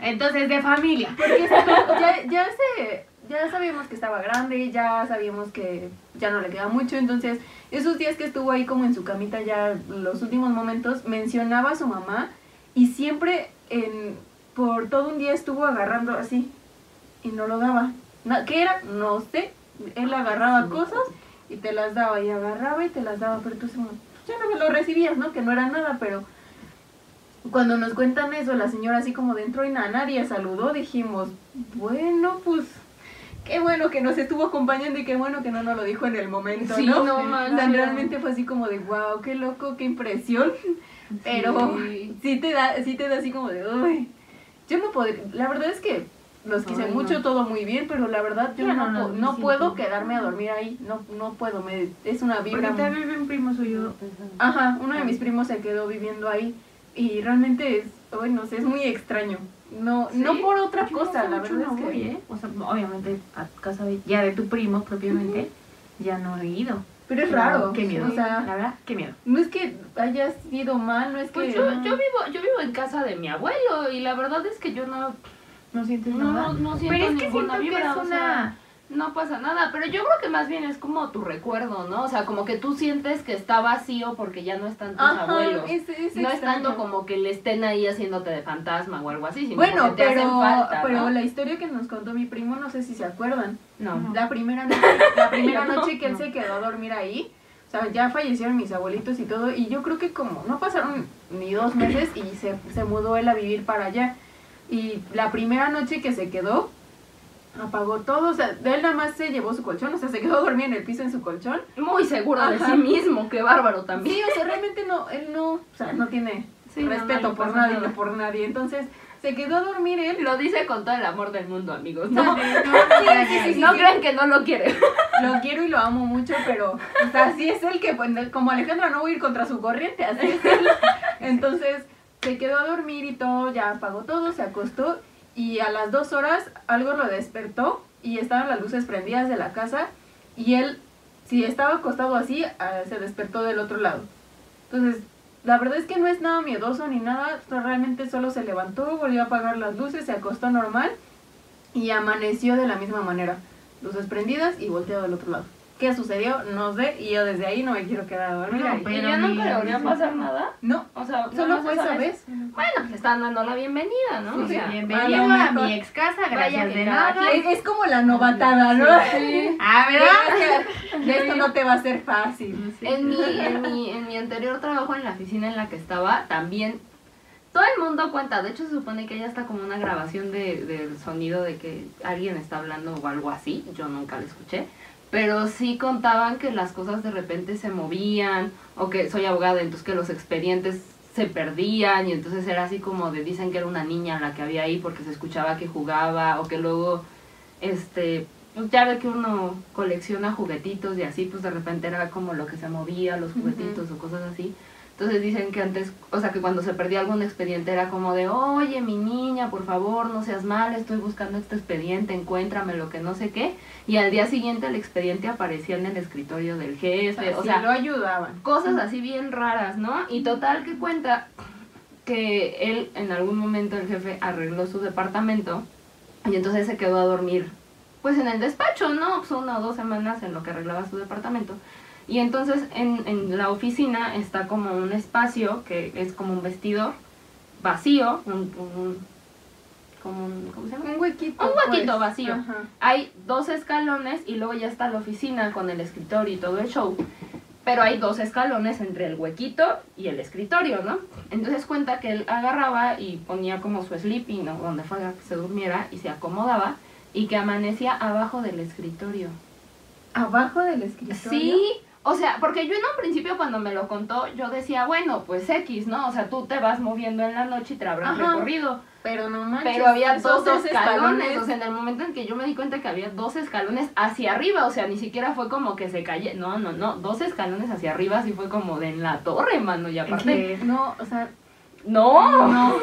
Speaker 1: Entonces, de familia.
Speaker 2: porque esto- ya, ya se ya sabíamos que estaba grande, ya sabíamos que ya no le queda mucho, entonces esos días que estuvo ahí como en su camita ya los últimos momentos mencionaba a su mamá y siempre en por todo un día estuvo agarrando así y no lo daba. Na- ¿Qué era? No sé. Él agarraba cosas y te las daba y agarraba y te las daba, pero tú se ya no lo recibías, ¿no? Que no era nada, pero cuando nos cuentan eso, la señora así como dentro y nada, nadie saludó, dijimos, bueno, pues qué bueno que nos estuvo acompañando y qué bueno que no nos lo dijo en el momento,
Speaker 3: Sí,
Speaker 2: ¿no?
Speaker 3: no
Speaker 2: O
Speaker 3: manches.
Speaker 2: sea, realmente fue así como de, wow, qué loco, qué impresión, pero
Speaker 3: Sí.
Speaker 2: sí te da, sí te da así como de, uy, yo no podría, la verdad es que los quise
Speaker 3: Ay, no.
Speaker 2: mucho, todo muy bien, pero la verdad yo
Speaker 1: Ya
Speaker 2: no,
Speaker 1: no,
Speaker 2: po-
Speaker 1: no,
Speaker 2: no
Speaker 1: sí,
Speaker 2: puedo
Speaker 1: sí.
Speaker 2: quedarme a dormir ahí, no, no puedo, me, es una
Speaker 1: Porque
Speaker 2: vibra muy-
Speaker 1: también vi un primo suyo.
Speaker 2: Ajá, uno de mis primos se quedó viviendo ahí y realmente es, ay, no sé, es muy extraño. No,
Speaker 3: ¿Sí?
Speaker 2: no por otra
Speaker 1: Yo
Speaker 2: cosa,
Speaker 1: hace
Speaker 2: la
Speaker 1: mucho
Speaker 2: verdad
Speaker 1: no
Speaker 2: es que
Speaker 1: voy, ¿eh? O sea, obviamente a casa de, ya de tu primo propiamente, ya no he ido.
Speaker 2: Pero es
Speaker 1: Pero
Speaker 2: raro,
Speaker 1: Qué miedo.
Speaker 2: o sea,
Speaker 1: la verdad, qué miedo.
Speaker 2: no es que hayas ido mal, no es que
Speaker 3: Pues yo, yo vivo, yo vivo en casa de mi abuelo y la verdad es que yo no,
Speaker 1: No
Speaker 2: Pues
Speaker 1: sientes
Speaker 3: no,
Speaker 1: nada.
Speaker 3: no, no siento
Speaker 1: Pero es que
Speaker 3: ninguna
Speaker 1: siento que
Speaker 3: vibra.
Speaker 1: es
Speaker 3: o sea,
Speaker 1: una.
Speaker 3: No pasa nada, pero yo creo que más bien es como tu recuerdo, ¿no? O sea, como que tú sientes que está vacío porque ya no están tus
Speaker 2: Ajá,
Speaker 3: abuelos.
Speaker 2: es, es
Speaker 3: no es
Speaker 2: extraño.
Speaker 3: tanto como que le estén ahí haciéndote de fantasma o algo así, sino
Speaker 2: Bueno,
Speaker 3: como que te hacen
Speaker 2: pero,
Speaker 3: falta,
Speaker 2: pero
Speaker 3: ¿no?
Speaker 2: la historia que nos contó mi primo, no sé si se acuerdan.
Speaker 3: No.
Speaker 2: La primera noche, la primera
Speaker 3: No,
Speaker 2: noche que él
Speaker 1: no.
Speaker 2: se quedó a dormir ahí, o sea, ya fallecieron mis abuelitos y todo, y yo creo que como no pasaron ni dos meses y se, se mudó él a vivir para allá. Y la primera noche que se quedó, apagó todo, o sea, él nada más se llevó su colchón, o sea, se quedó a dormir en el piso en su colchón.
Speaker 3: Muy seguro de
Speaker 2: Ajá.
Speaker 3: sí mismo, qué bárbaro también.
Speaker 2: Sí, o sea, realmente no, él no, o sea, no tiene
Speaker 3: Sí, no,
Speaker 2: respeto
Speaker 3: no le
Speaker 2: por
Speaker 3: pasa
Speaker 2: nadie,
Speaker 3: nada.
Speaker 2: por nadie. Entonces, se quedó a dormir él.
Speaker 3: Lo dice con todo el amor del mundo, amigos. No,
Speaker 1: Sí, no,
Speaker 3: no,
Speaker 1: no,
Speaker 2: sí, sí.
Speaker 3: crean que no lo quiere.
Speaker 2: Lo quiero y lo amo mucho, pero o sea, así es el que, pues, no- como Alejandra no voy a ir contra su corriente, así es él. Entonces se quedó a dormir y todo, ya apagó todo, se acostó y a las dos horas algo lo despertó y estaban las luces prendidas de la casa y él, si estaba acostado así, ah, se despertó del otro lado. Entonces, la verdad es que no es nada miedoso ni nada, o sea, realmente solo se levantó, volvió a apagar las luces, se acostó normal y amaneció de la misma manera luces prendidas y volteado al otro lado. ¿Qué sucedió? No sé, y yo desde ahí no me quiero quedar a dormir.
Speaker 1: No,
Speaker 2: ahí.
Speaker 1: pues-
Speaker 3: ¿Y
Speaker 1: Pero
Speaker 3: ya nunca
Speaker 1: mira,
Speaker 3: le volvió a
Speaker 1: sí.
Speaker 3: pasar nada?
Speaker 2: No,
Speaker 3: O sea,
Speaker 2: solo
Speaker 3: nada más
Speaker 2: fue esa vez.
Speaker 3: Bueno, pues, le están dando la bienvenida, ¿no? O
Speaker 1: Sí,
Speaker 3: sea,
Speaker 1: bienvenido
Speaker 2: a lo
Speaker 1: a,
Speaker 2: mejor.
Speaker 1: mi ex casa,
Speaker 3: Vaya
Speaker 1: gracias
Speaker 3: que
Speaker 1: de
Speaker 3: cada
Speaker 1: nada.
Speaker 2: Es, es como la novatada, ¿no?
Speaker 3: sí.
Speaker 1: Ah, ¿verdad?
Speaker 2: De esto no te va a ser fácil.
Speaker 3: En mi, en, mi, en mi anterior trabajo en la oficina en la que estaba, también todo el mundo cuenta. De hecho, se supone que hay hasta como una grabación de, del sonido de que alguien está hablando o algo así. Yo nunca lo escuché. Pero sí contaban que las cosas de repente se movían o que soy abogada, entonces que los expedientes se perdían y entonces era así como de dicen que era una niña la que había ahí porque se escuchaba que jugaba o que luego este, pues ya ve que uno colecciona juguetitos y así, pues de repente era como lo que se movía, los juguetitos o cosas así. Entonces dicen que antes, o sea, que cuando se perdía algún expediente era como de, oye, mi niña, por favor, no seas mal, estoy buscando este expediente, encuéntrame lo que no sé qué. Y al día siguiente el expediente aparecía en el escritorio del jefe, o
Speaker 2: Sí,
Speaker 3: sea,
Speaker 2: lo ayudaban.
Speaker 3: cosas así bien raras, ¿no? Y total que cuenta que él en algún momento el jefe arregló su departamento y entonces se quedó a dormir pues en el despacho, ¿no? Pues una o dos semanas en lo que arreglaba su departamento. Y entonces en, en la oficina está como un espacio que es como un vestidor vacío, un, un- como un- ¿cómo se llama?
Speaker 2: Un huequito.
Speaker 3: Un huequito
Speaker 2: pues.
Speaker 3: vacío.
Speaker 2: Ajá.
Speaker 3: hay dos escalones y luego ya está la oficina con el escritorio y todo el show. Pero hay dos escalones entre el huequito y el escritorio, ¿no? Entonces cuenta que él agarraba y ponía como su sleeping, ¿no? Donde fuera que se durmiera y se acomodaba y que amanecía abajo del escritorio.
Speaker 2: Abajo del escritorio.
Speaker 3: Sí, o sea, porque yo en un principio cuando me lo contó, yo decía, bueno, pues X, ¿no? O sea, tú te vas moviendo en la noche y te habrás
Speaker 2: Ajá.
Speaker 3: recorrido.
Speaker 2: Pero no manches.
Speaker 3: Pero había
Speaker 2: esos
Speaker 3: dos, escalones. O sea, en el momento en que yo me di cuenta que había dos escalones hacia arriba. O sea, ni siquiera fue como que se calle. No, no, no. Dos escalones hacia arriba sí fue como de en la torre, mano. Y aparte.
Speaker 1: Que-
Speaker 2: No, o sea,
Speaker 3: No. No,
Speaker 2: no.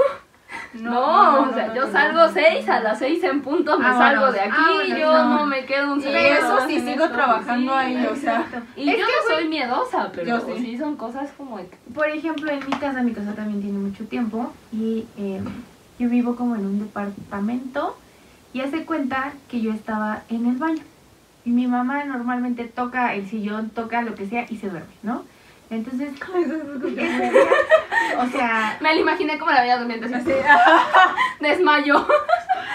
Speaker 3: o sea, yo
Speaker 2: no,
Speaker 3: salgo
Speaker 2: no. Ah,
Speaker 3: seis, a las seis en punto me
Speaker 1: Vámonos,
Speaker 3: salgo de aquí,
Speaker 1: vámonos,
Speaker 3: yo no.
Speaker 1: no.
Speaker 3: me quedo un
Speaker 2: Y
Speaker 3: segundo
Speaker 2: eso
Speaker 3: más
Speaker 2: sí
Speaker 3: en
Speaker 2: sigo
Speaker 3: esta
Speaker 2: trabajando ahí,
Speaker 3: oficina.
Speaker 2: o sea.
Speaker 1: Exacto.
Speaker 3: Y
Speaker 1: Es
Speaker 3: yo
Speaker 1: que,
Speaker 3: no
Speaker 1: güey,
Speaker 3: soy miedosa, pero
Speaker 2: Yo sí.
Speaker 3: sí. son cosas como de-
Speaker 1: Por ejemplo, en mi casa, mi casa también tiene mucho tiempo y eh, yo vivo como en un departamento y hace cuenta que yo estaba en el baño. Y mi mamá normalmente toca el sillón, toca lo que sea y se duerme, ¿no? Entonces,
Speaker 2: Eso es lo
Speaker 1: ¿qué
Speaker 2: que-
Speaker 1: sería? O sea,
Speaker 3: Me la imaginé como la veía durmiente así. Desmayo.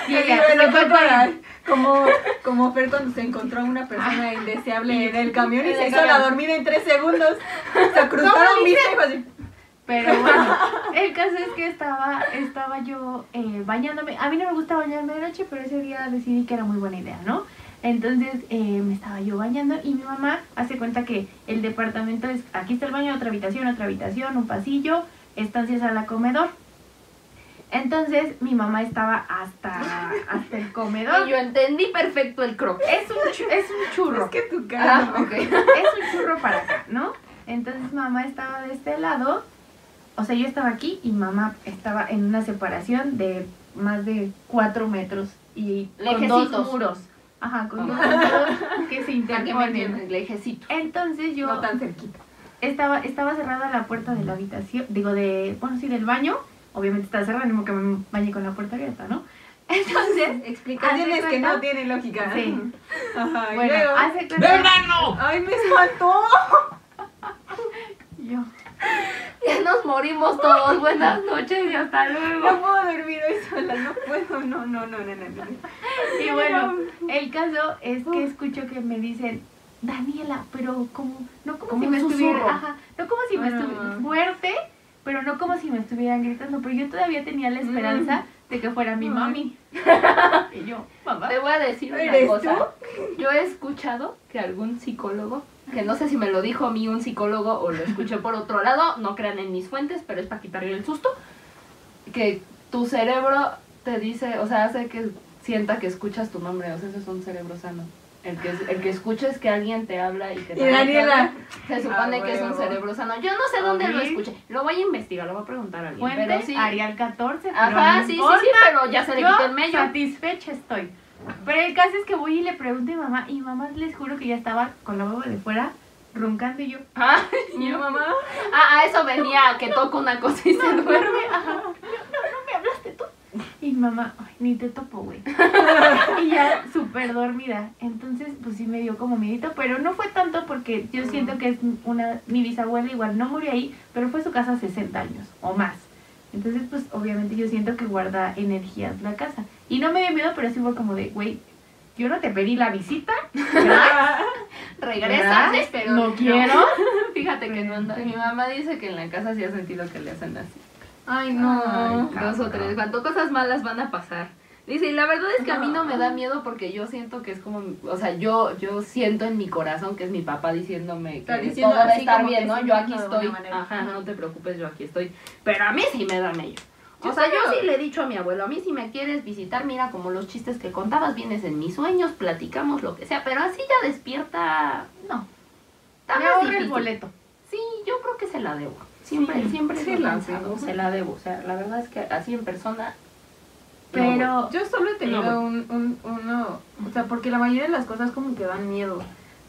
Speaker 1: sí,
Speaker 2: Sí,
Speaker 1: ya,
Speaker 2: pero
Speaker 1: se fue
Speaker 2: fue para-
Speaker 1: con-
Speaker 2: como, como Fer cuando se encontró a una persona indeseable en el camión Ah. y
Speaker 3: En
Speaker 2: se
Speaker 3: el
Speaker 2: hizo la
Speaker 3: camión.
Speaker 2: dormida en tres segundos. Se cruzaron mis hijos así.
Speaker 1: Pero bueno, el caso es que estaba, estaba yo eh, bañándome. A mí no me gusta bañarme de noche, pero ese día decidí que era muy buena idea, ¿no? Entonces eh, me estaba yo bañando y mi mamá hace cuenta que el departamento es, aquí está el baño, otra habitación, otra habitación, un pasillo, estancias a la comedor. Entonces mi mamá estaba hasta, hasta el comedor.
Speaker 3: Y yo entendí perfecto el croc.
Speaker 1: Es un, chu- es un churro
Speaker 2: Es que tu cara.
Speaker 3: Ah, ok.
Speaker 1: es un churro para acá, ¿no? Entonces mamá estaba de este lado, o sea, yo estaba aquí y mamá estaba en una separación de más de cuatro metros y con dos
Speaker 3: Lejecitos.
Speaker 1: muros. Ajá, con dos
Speaker 3: Ah.
Speaker 1: muros que se
Speaker 3: Para que me
Speaker 1: interponen.
Speaker 3: entiendas, lejecito.
Speaker 1: Entonces yo
Speaker 2: No tan cerquita.
Speaker 1: estaba, estaba cerrada la puerta de la habitación, digo, de, bueno, sí, del baño. Obviamente estaba cerrada, ni modo que me bañe con la puerta abierta, ¿no? Entonces,
Speaker 2: Explicaciones
Speaker 1: ¿Hace
Speaker 2: que
Speaker 1: cuenta?
Speaker 2: no tienen lógica.
Speaker 1: Sí.
Speaker 2: Ajá, y
Speaker 1: bueno,
Speaker 2: luego-
Speaker 1: hace
Speaker 4: ¡De
Speaker 1: cuenta...
Speaker 4: mano!
Speaker 2: Ay, me espantó.
Speaker 1: Yo,
Speaker 3: Ya nos morimos todos. Buenas noches y hasta
Speaker 2: No
Speaker 3: luego.
Speaker 2: puedo dormir hoy sola, no puedo. No, no, no, no, no. no.
Speaker 1: Y bueno, el caso es que escucho que me dicen, Daniela, pero como, no como,
Speaker 3: Como
Speaker 1: si
Speaker 3: un
Speaker 1: me
Speaker 3: susurro.
Speaker 1: estuviera, ajá, no como si me
Speaker 2: Ah.
Speaker 1: estuviera fuerte, pero no como si me estuvieran gritando, pero yo todavía tenía la esperanza
Speaker 3: Mm.
Speaker 1: de que fuera mi
Speaker 2: Ay.
Speaker 1: mami. y yo, mamá.
Speaker 3: Te voy a decir una
Speaker 2: ¿Eres
Speaker 3: cosa. Yo he escuchado que algún psicólogo, que no sé si me lo dijo a mí un psicólogo o lo escuché por otro lado, no crean en mis fuentes, pero es para quitarle el susto, que tu cerebro te dice, o sea, hace que sienta que escuchas tu nombre, o sea, eso es un cerebro sano. El que, el que escuches que alguien te habla y que
Speaker 2: Y Daniela.
Speaker 3: se supone
Speaker 2: Ah,
Speaker 3: que es un
Speaker 2: huevo.
Speaker 3: cerebro sano. Yo no sé dónde lo
Speaker 1: Ok.
Speaker 3: escuché. Lo voy a investigar, lo voy a preguntar a alguien.
Speaker 1: Fuente,
Speaker 3: pero sí.
Speaker 1: Arial 14, pero
Speaker 3: Ajá,
Speaker 1: no
Speaker 3: sí, sí,
Speaker 1: importa.
Speaker 3: sí, pero ya se le
Speaker 1: Yo
Speaker 3: quitó el mello.
Speaker 1: satisfecha estoy. Pero el caso es que voy y le pregunto a mi mamá, y mamá les juro que ya estaba con la baba de fuera, roncando y yo,
Speaker 3: Ah,
Speaker 2: Mi mamá.
Speaker 3: ah, a eso venía que toco una cosa y se duerme.
Speaker 1: me hablaste tú. Y mi mamá, ay, ni te topo, güey. y ya súper dormida. Entonces, pues sí me dio como miedito, pero no fue tanto porque yo siento que es una, mi bisabuela igual no murió ahí, pero fue a su casa 60 años o más. Entonces, pues obviamente yo siento que guarda energías la casa. Y no me dio miedo, pero sí fue como de, güey, yo no te pedí la visita. ¿verdad?
Speaker 3: Regresa,
Speaker 1: ¿Verdad?
Speaker 3: pero
Speaker 1: no quiero.
Speaker 3: Fíjate que no anda. Mi mamá dice que en la casa sí ha sentido que le hacen así.
Speaker 2: Ay, no.
Speaker 3: Ay, dos o tres. Cuánto cosas malas van a pasar. Dice, y la verdad es que a mí no me da miedo porque yo siento que es como, mi- o sea, yo yo siento en mi corazón que es mi papá diciéndome
Speaker 2: Está
Speaker 3: que
Speaker 2: diciendo
Speaker 3: todo va a
Speaker 2: así
Speaker 3: estar
Speaker 2: como
Speaker 3: bien,
Speaker 2: que
Speaker 3: ¿no?
Speaker 2: sí,
Speaker 3: Yo aquí
Speaker 2: de alguna
Speaker 3: estoy.
Speaker 2: manera.
Speaker 3: Ajá, no te preocupes, yo aquí estoy. Pero a mí sí me da miedo.
Speaker 2: Yo
Speaker 3: O sea, yo
Speaker 2: creo-
Speaker 3: sí le he dicho a mi abuelo, a mí si me quieres visitar, mira como los chistes que contabas, vienes en mis sueños, platicamos lo que sea, pero así ya despierta, no. Está
Speaker 1: Me
Speaker 3: más
Speaker 1: ahorro el
Speaker 3: difícil.
Speaker 1: boleto.
Speaker 3: Sí, yo creo que se la debo. Siempre, siempre
Speaker 2: sí
Speaker 3: lo he
Speaker 2: la
Speaker 3: pensado,
Speaker 2: debo.
Speaker 3: se la debo. O sea, la verdad es que así en persona. no,
Speaker 1: Pero...
Speaker 3: güey.
Speaker 2: Yo solo he tenido
Speaker 3: No,
Speaker 2: un, un- uno, o sea, porque la mayoría de las cosas como que dan miedo,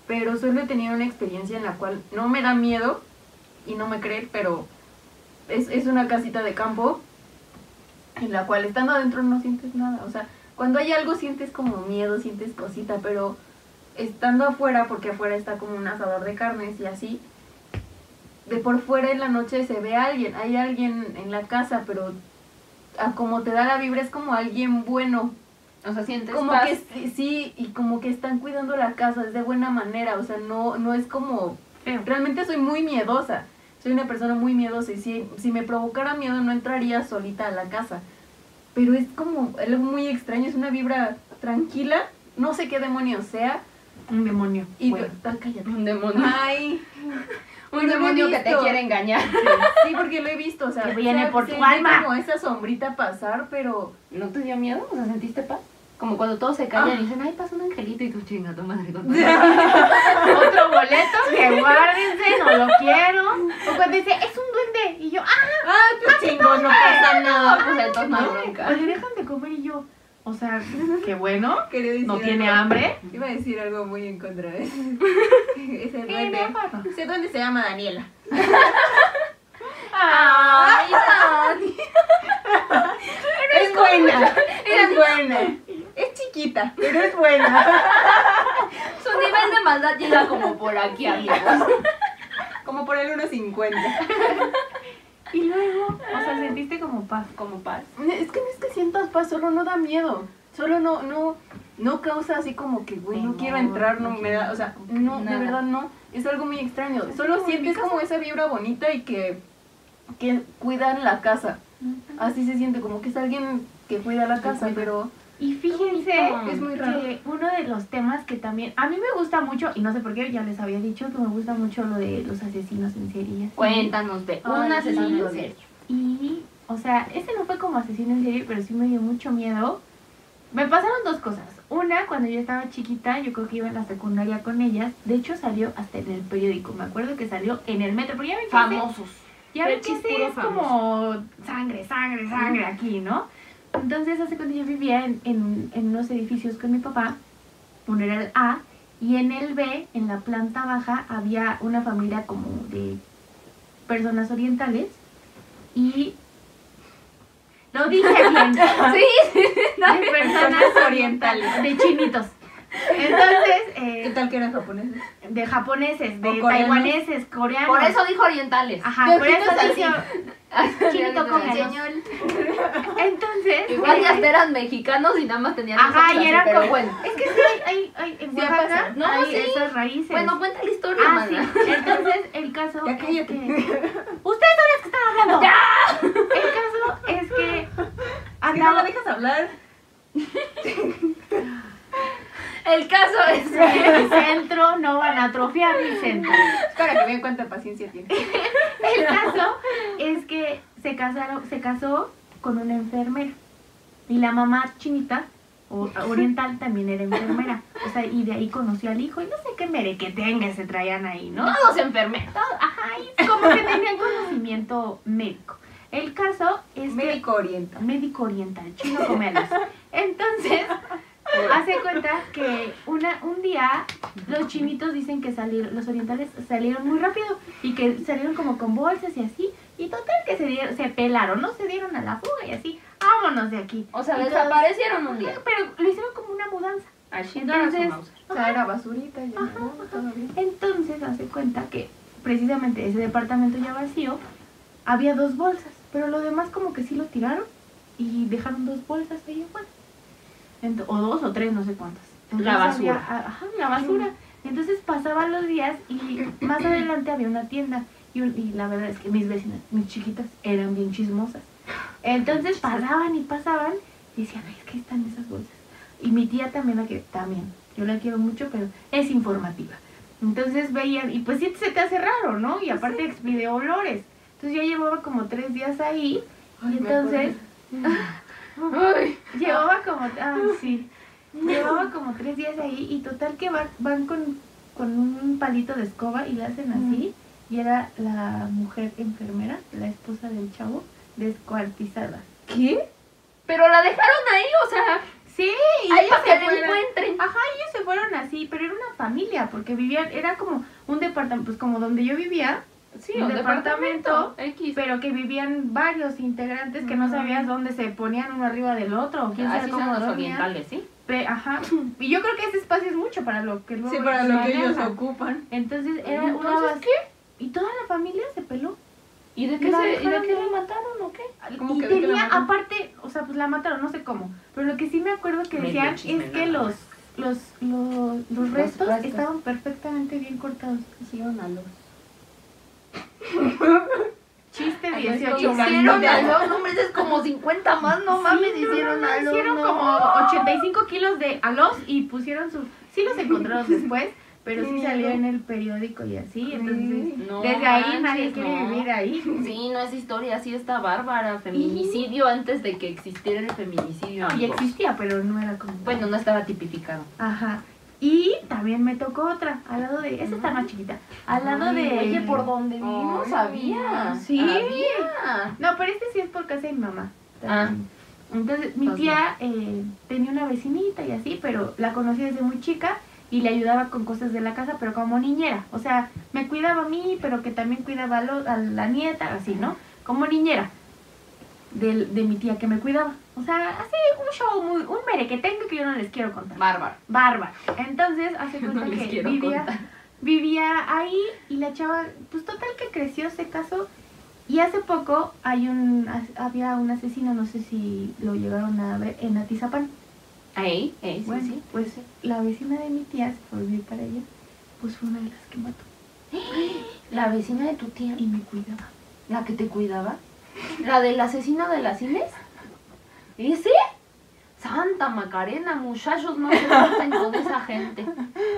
Speaker 2: pero solo he tenido una experiencia en la cual no me da miedo y no me creen, pero es, es una casita de campo en la cual estando adentro no sientes nada, o sea, cuando hay algo sientes como miedo, sientes cosita, pero estando afuera, porque afuera está como un asador de carnes y así, de por fuera en la noche se ve a alguien, hay alguien en la casa, pero a como te da la vibra es como alguien bueno,
Speaker 3: o sea, sientes
Speaker 2: como
Speaker 3: paz.
Speaker 2: que sí- sí, y como que están cuidando la casa, es de buena manera, o sea, no, no es como,
Speaker 1: Feo.
Speaker 2: realmente soy muy miedosa, soy una persona muy miedosa y si, si me provocara miedo no entraría solita a la casa, pero es como algo muy extraño, es una vibra tranquila, no sé qué demonio sea,
Speaker 1: Un demonio.
Speaker 2: y
Speaker 1: Bueno.
Speaker 2: ah, cállate.
Speaker 3: un demonio.
Speaker 2: Ay,
Speaker 3: un
Speaker 2: no lo he
Speaker 3: demonio que te
Speaker 2: visto.
Speaker 3: quiere engañar.
Speaker 2: sí, porque lo he visto, o sea,
Speaker 1: Que viene
Speaker 2: se-
Speaker 1: por
Speaker 2: se
Speaker 1: tu
Speaker 2: ve
Speaker 1: alma.
Speaker 2: como esa sombrita pasar, pero...
Speaker 3: ¿No te dio miedo? O sea, ¿sentiste paz? Como cuando todos se callan y dicen, ay, pasa un angelito y tú chinga tu madre con todo".
Speaker 1: otro boleto que guárdense, no lo quiero. O cuando dice, es un duende. Y yo, ah,
Speaker 2: Ah, tú chingón, no pasa
Speaker 3: No,
Speaker 2: nada.
Speaker 3: pues entonces no hay
Speaker 1: O
Speaker 3: bronca.
Speaker 1: le dejan de comer y yo, o sea, qué bueno,
Speaker 2: Quería decir
Speaker 1: no
Speaker 2: algo.
Speaker 1: tiene hambre.
Speaker 2: Iba a decir algo muy en contra de ese ese
Speaker 1: Qué
Speaker 2: duende.
Speaker 1: bárbaro.
Speaker 2: Ese duende se llama Daniela.
Speaker 3: Ay, Dani.
Speaker 2: Es buena, es buena. Es chiquita, pero es buena.
Speaker 3: Su nivel de maldad llega como por aquí, amigos.
Speaker 2: Como por el 1.50.
Speaker 1: Y luego, o sea, sentiste como paz.
Speaker 3: Como paz.
Speaker 2: Es que no es que sientas paz, solo no da miedo. Solo no, no, no causa así como que, güey, no
Speaker 1: Temor,
Speaker 2: quiero entrar, no
Speaker 1: no
Speaker 2: me da, o sea, no,
Speaker 3: Nada.
Speaker 2: de verdad no. Es algo muy extraño.
Speaker 1: Así
Speaker 2: Solo
Speaker 1: como en mi
Speaker 2: sientes como esa vibra bonita y que, que cuidan la casa. Así se siente, como que es alguien que cuida la
Speaker 3: Que
Speaker 2: casa,
Speaker 3: cuida.
Speaker 2: pero
Speaker 1: Y fíjense
Speaker 3: Qué bonito.
Speaker 2: es muy raro.
Speaker 1: que uno de los temas que también a mí me gusta mucho, y no sé por qué, ya les había dicho que me gusta mucho lo de los asesinos en serie.
Speaker 3: Cuéntanos de
Speaker 1: Ay,
Speaker 3: un
Speaker 1: sí,
Speaker 3: asesino en
Speaker 1: sí.
Speaker 3: serio.
Speaker 1: Y, o sea, ese no fue como asesino en serie, pero sí me dio mucho miedo. Me pasaron dos cosas. Una, cuando yo estaba chiquita, yo creo que iba en la secundaria con ellas. De hecho, salió hasta en el periódico. Me acuerdo que salió en el metro. Pero ya ven que ese-
Speaker 3: Famosos.
Speaker 1: ya ven que
Speaker 3: Fechis
Speaker 1: ese
Speaker 3: puro
Speaker 1: es como sangre, sangre, sangre aquí, ¿no? Entonces, hace cuando yo vivía en, en, en unos edificios con mi papá, uno era el A, y en el B, en la planta baja, había una familia como de personas orientales, y lo dije bien,
Speaker 3: Sí, sí, sí, no.
Speaker 1: de personas orientales, de chinitos. Entonces,
Speaker 2: ¿qué
Speaker 1: eh,
Speaker 2: tal que eran japoneses?
Speaker 1: de japoneses, de
Speaker 2: O coreanos.
Speaker 1: taiwaneses, coreanos.
Speaker 3: Por eso dijo orientales.
Speaker 1: Ajá, por eso
Speaker 2: Ojitos así.
Speaker 1: dije, chinito con
Speaker 3: Orientales.
Speaker 1: Entonces,
Speaker 3: Igual
Speaker 1: eh,
Speaker 3: ya hasta eran mexicanos y nada más tenían
Speaker 1: Ajá,
Speaker 3: ojos
Speaker 1: y
Speaker 3: así,
Speaker 1: eran
Speaker 3: pero
Speaker 1: como.
Speaker 3: bueno.
Speaker 1: Es que sí, hay, hay, hay- en
Speaker 2: Sí ha
Speaker 1: Oaxaca
Speaker 2: pasado.
Speaker 3: No,
Speaker 1: hay
Speaker 3: sí.
Speaker 1: esas raíces.
Speaker 3: Bueno, cuenta la historia,
Speaker 1: ah, sí.
Speaker 3: mana.
Speaker 1: Entonces, el caso.
Speaker 2: Ya
Speaker 1: es
Speaker 2: cállate.
Speaker 1: que- Ustedes son las que están hablando. ¡Ya! El caso es que.
Speaker 2: Si no la
Speaker 1: Andaba.
Speaker 2: dejas hablar,
Speaker 3: El caso es que
Speaker 1: Mi centro no van a atrofiar mi centro.
Speaker 2: es para que vean cuánta paciencia tiene.
Speaker 1: El caso es que se, casaron, se casó con una enfermera. Y la mamá chinita, o oriental, también era enfermera. O sea, y de ahí conoció al hijo. Y no sé qué mere que tenga se traían ahí, ¿no?
Speaker 3: todos enfermeros.
Speaker 1: todo, ajá, y como que tenían conocimiento médico. El caso es que
Speaker 2: Médico orienta.
Speaker 1: médico oriental, chino come a luz. Entonces, hace cuenta que una, un día los chinitos dicen que salir, los orientales salieron muy rápido y que salieron como con bolsas y así. Y total que se, dieron- se pelaron, ¿no? Se dieron a la fuga y así, vámonos de aquí.
Speaker 3: O sea,
Speaker 1: Y todos-
Speaker 3: desaparecieron un día.
Speaker 1: Pero lo hicieron como una mudanza.
Speaker 3: Así
Speaker 1: Entonces,
Speaker 2: O sea, era basurita, ya
Speaker 1: Ajá,
Speaker 2: no, todo bien.
Speaker 1: Entonces hace cuenta que precisamente ese departamento ya vacío había dos bolsas, pero lo demás como que sí lo tiraron y dejaron dos bolsas ahí afuera. Ento- o dos o tres, no sé cuántas.
Speaker 3: La basura.
Speaker 1: había- a- ajá, la basura. Entonces pasaban los días y más adelante había una tienda. Y, un- y la verdad es que mis vecinas, mis chiquitas, eran bien chismosas. Entonces pasaban y pasaban y decían, "Ay, es que están esas bolsas. Y mi tía también la que también, yo la quiero mucho, pero es informativa. Entonces veían, y pues sí se te hace raro, ¿no? Y
Speaker 3: Pues
Speaker 1: aparte expide olores. Entonces yo llevaba como tres días ahí,
Speaker 2: Ay,
Speaker 1: y
Speaker 2: me acuerdo.
Speaker 1: entonces llevaba como, ah, sí, llevaba como tres días ahí, y total que van, van con, con un palito de escoba y la hacen así, y era la mujer enfermera, la esposa del chavo, descuartizada.
Speaker 2: ¿Qué?
Speaker 3: Pero la dejaron ahí, o sea,
Speaker 1: Sí, y
Speaker 3: ahí
Speaker 1: ellos
Speaker 3: para
Speaker 1: se
Speaker 3: que la
Speaker 1: fueron.
Speaker 3: encuentren.
Speaker 1: Ajá, ellos se fueron así, pero era una familia, porque vivían, era como un departamento, pues como donde yo vivía,
Speaker 3: Sí,
Speaker 1: un departamento.
Speaker 3: X.
Speaker 1: pero que vivían varios integrantes que no
Speaker 2: Ujú.
Speaker 1: sabías dónde se ponían uno arriba del otro, o quién sabe
Speaker 3: Así son
Speaker 1: cómo
Speaker 3: los
Speaker 1: dormían.
Speaker 3: orientales, ¿sí?
Speaker 1: Pe- Ajá, y yo creo que ese espacio es mucho para lo que luego
Speaker 2: Sí, para lo que ellos
Speaker 1: manejan.
Speaker 2: ocupan.
Speaker 1: Entonces era una
Speaker 3: ¿Entonces
Speaker 1: base- Y toda la familia se peló.
Speaker 3: ¿Y de
Speaker 1: qué
Speaker 3: qué
Speaker 1: se-
Speaker 3: se,
Speaker 1: y de qué la
Speaker 3: mataron o qué?
Speaker 2: ¿Cómo
Speaker 1: y
Speaker 2: que de que la
Speaker 1: tenía,
Speaker 2: mataron?
Speaker 1: aparte, o sea, pues la mataron, no sé cómo. Pero lo que sí me acuerdo que
Speaker 3: Medio
Speaker 1: decían es
Speaker 3: chisme
Speaker 1: que
Speaker 3: nada
Speaker 1: los,
Speaker 3: más.
Speaker 1: los, los, los
Speaker 3: Los
Speaker 1: restos
Speaker 3: restos.
Speaker 1: estaban perfectamente bien cortados.
Speaker 3: Hicieron a los.
Speaker 1: Chiste
Speaker 2: Ay,
Speaker 1: 18.
Speaker 2: estoy
Speaker 3: Hicieron a
Speaker 2: Chumandita.
Speaker 3: los. No, hombre, es como 50 más, no mames,
Speaker 1: Sí, no,
Speaker 3: hicieron
Speaker 1: no,
Speaker 3: a los.
Speaker 1: Hicieron
Speaker 3: no.
Speaker 1: como 85 kilos de alos y pusieron sus... Sí los encontraron después, pero sí
Speaker 2: Qué
Speaker 1: salió
Speaker 2: miedo.
Speaker 1: en el periódico y así. Entonces,
Speaker 2: Ay,
Speaker 3: No
Speaker 1: desde ahí
Speaker 3: manches,
Speaker 1: nadie quiere
Speaker 3: no.
Speaker 1: vivir ahí.
Speaker 3: Sí, no es historia, sí está bárbara. Feminicidio antes de que existiera el feminicidio.
Speaker 1: Y
Speaker 3: amigos.
Speaker 1: existía, pero no era como...
Speaker 3: Bueno, no estaba tipificado.
Speaker 1: Ajá. Y también me tocó otra, al lado de... Esa está más chiquita. Al lado de...
Speaker 3: Oye, por donde
Speaker 2: vivimos
Speaker 3: vivimos
Speaker 2: había,
Speaker 3: había. Había.
Speaker 1: No, pero este sí es por casa de mi mamá.
Speaker 3: Ah.
Speaker 1: Entonces, mi
Speaker 3: Pues
Speaker 1: tía eh, tenía una vecinita y así, pero la conocí desde muy chica y le ayudaba con cosas de la casa, pero como niñera. O sea, me cuidaba a mí, pero que también cuidaba a, lo- a la nieta, así, ¿no? Como niñera del- de, mi tía que me cuidaba. O sea, así un show, muy, un mere que tengo que yo no les quiero contar.
Speaker 3: Bárbara.
Speaker 1: Bárbara. Entonces, hace cuenta
Speaker 3: les
Speaker 1: que
Speaker 3: quiero
Speaker 1: vivía.
Speaker 3: contar.
Speaker 1: vivía ahí y la chava, pues total que creció, se casó. Y hace poco hay un, as- había un asesino, no sé si lo llegaron a ver, en Atizapán.
Speaker 3: Ahí, ahí, sí,
Speaker 1: bueno,
Speaker 3: sí.
Speaker 1: pues la vecina de mi tía, se volvió para ella, pues fue una de las que mató
Speaker 3: La vecina de tu tía,
Speaker 1: y me cuidaba.
Speaker 3: la que te cuidaba. La del asesino de las Inés. ¿Ese? Santa Macarena, muchachos, no se junten con esa gente.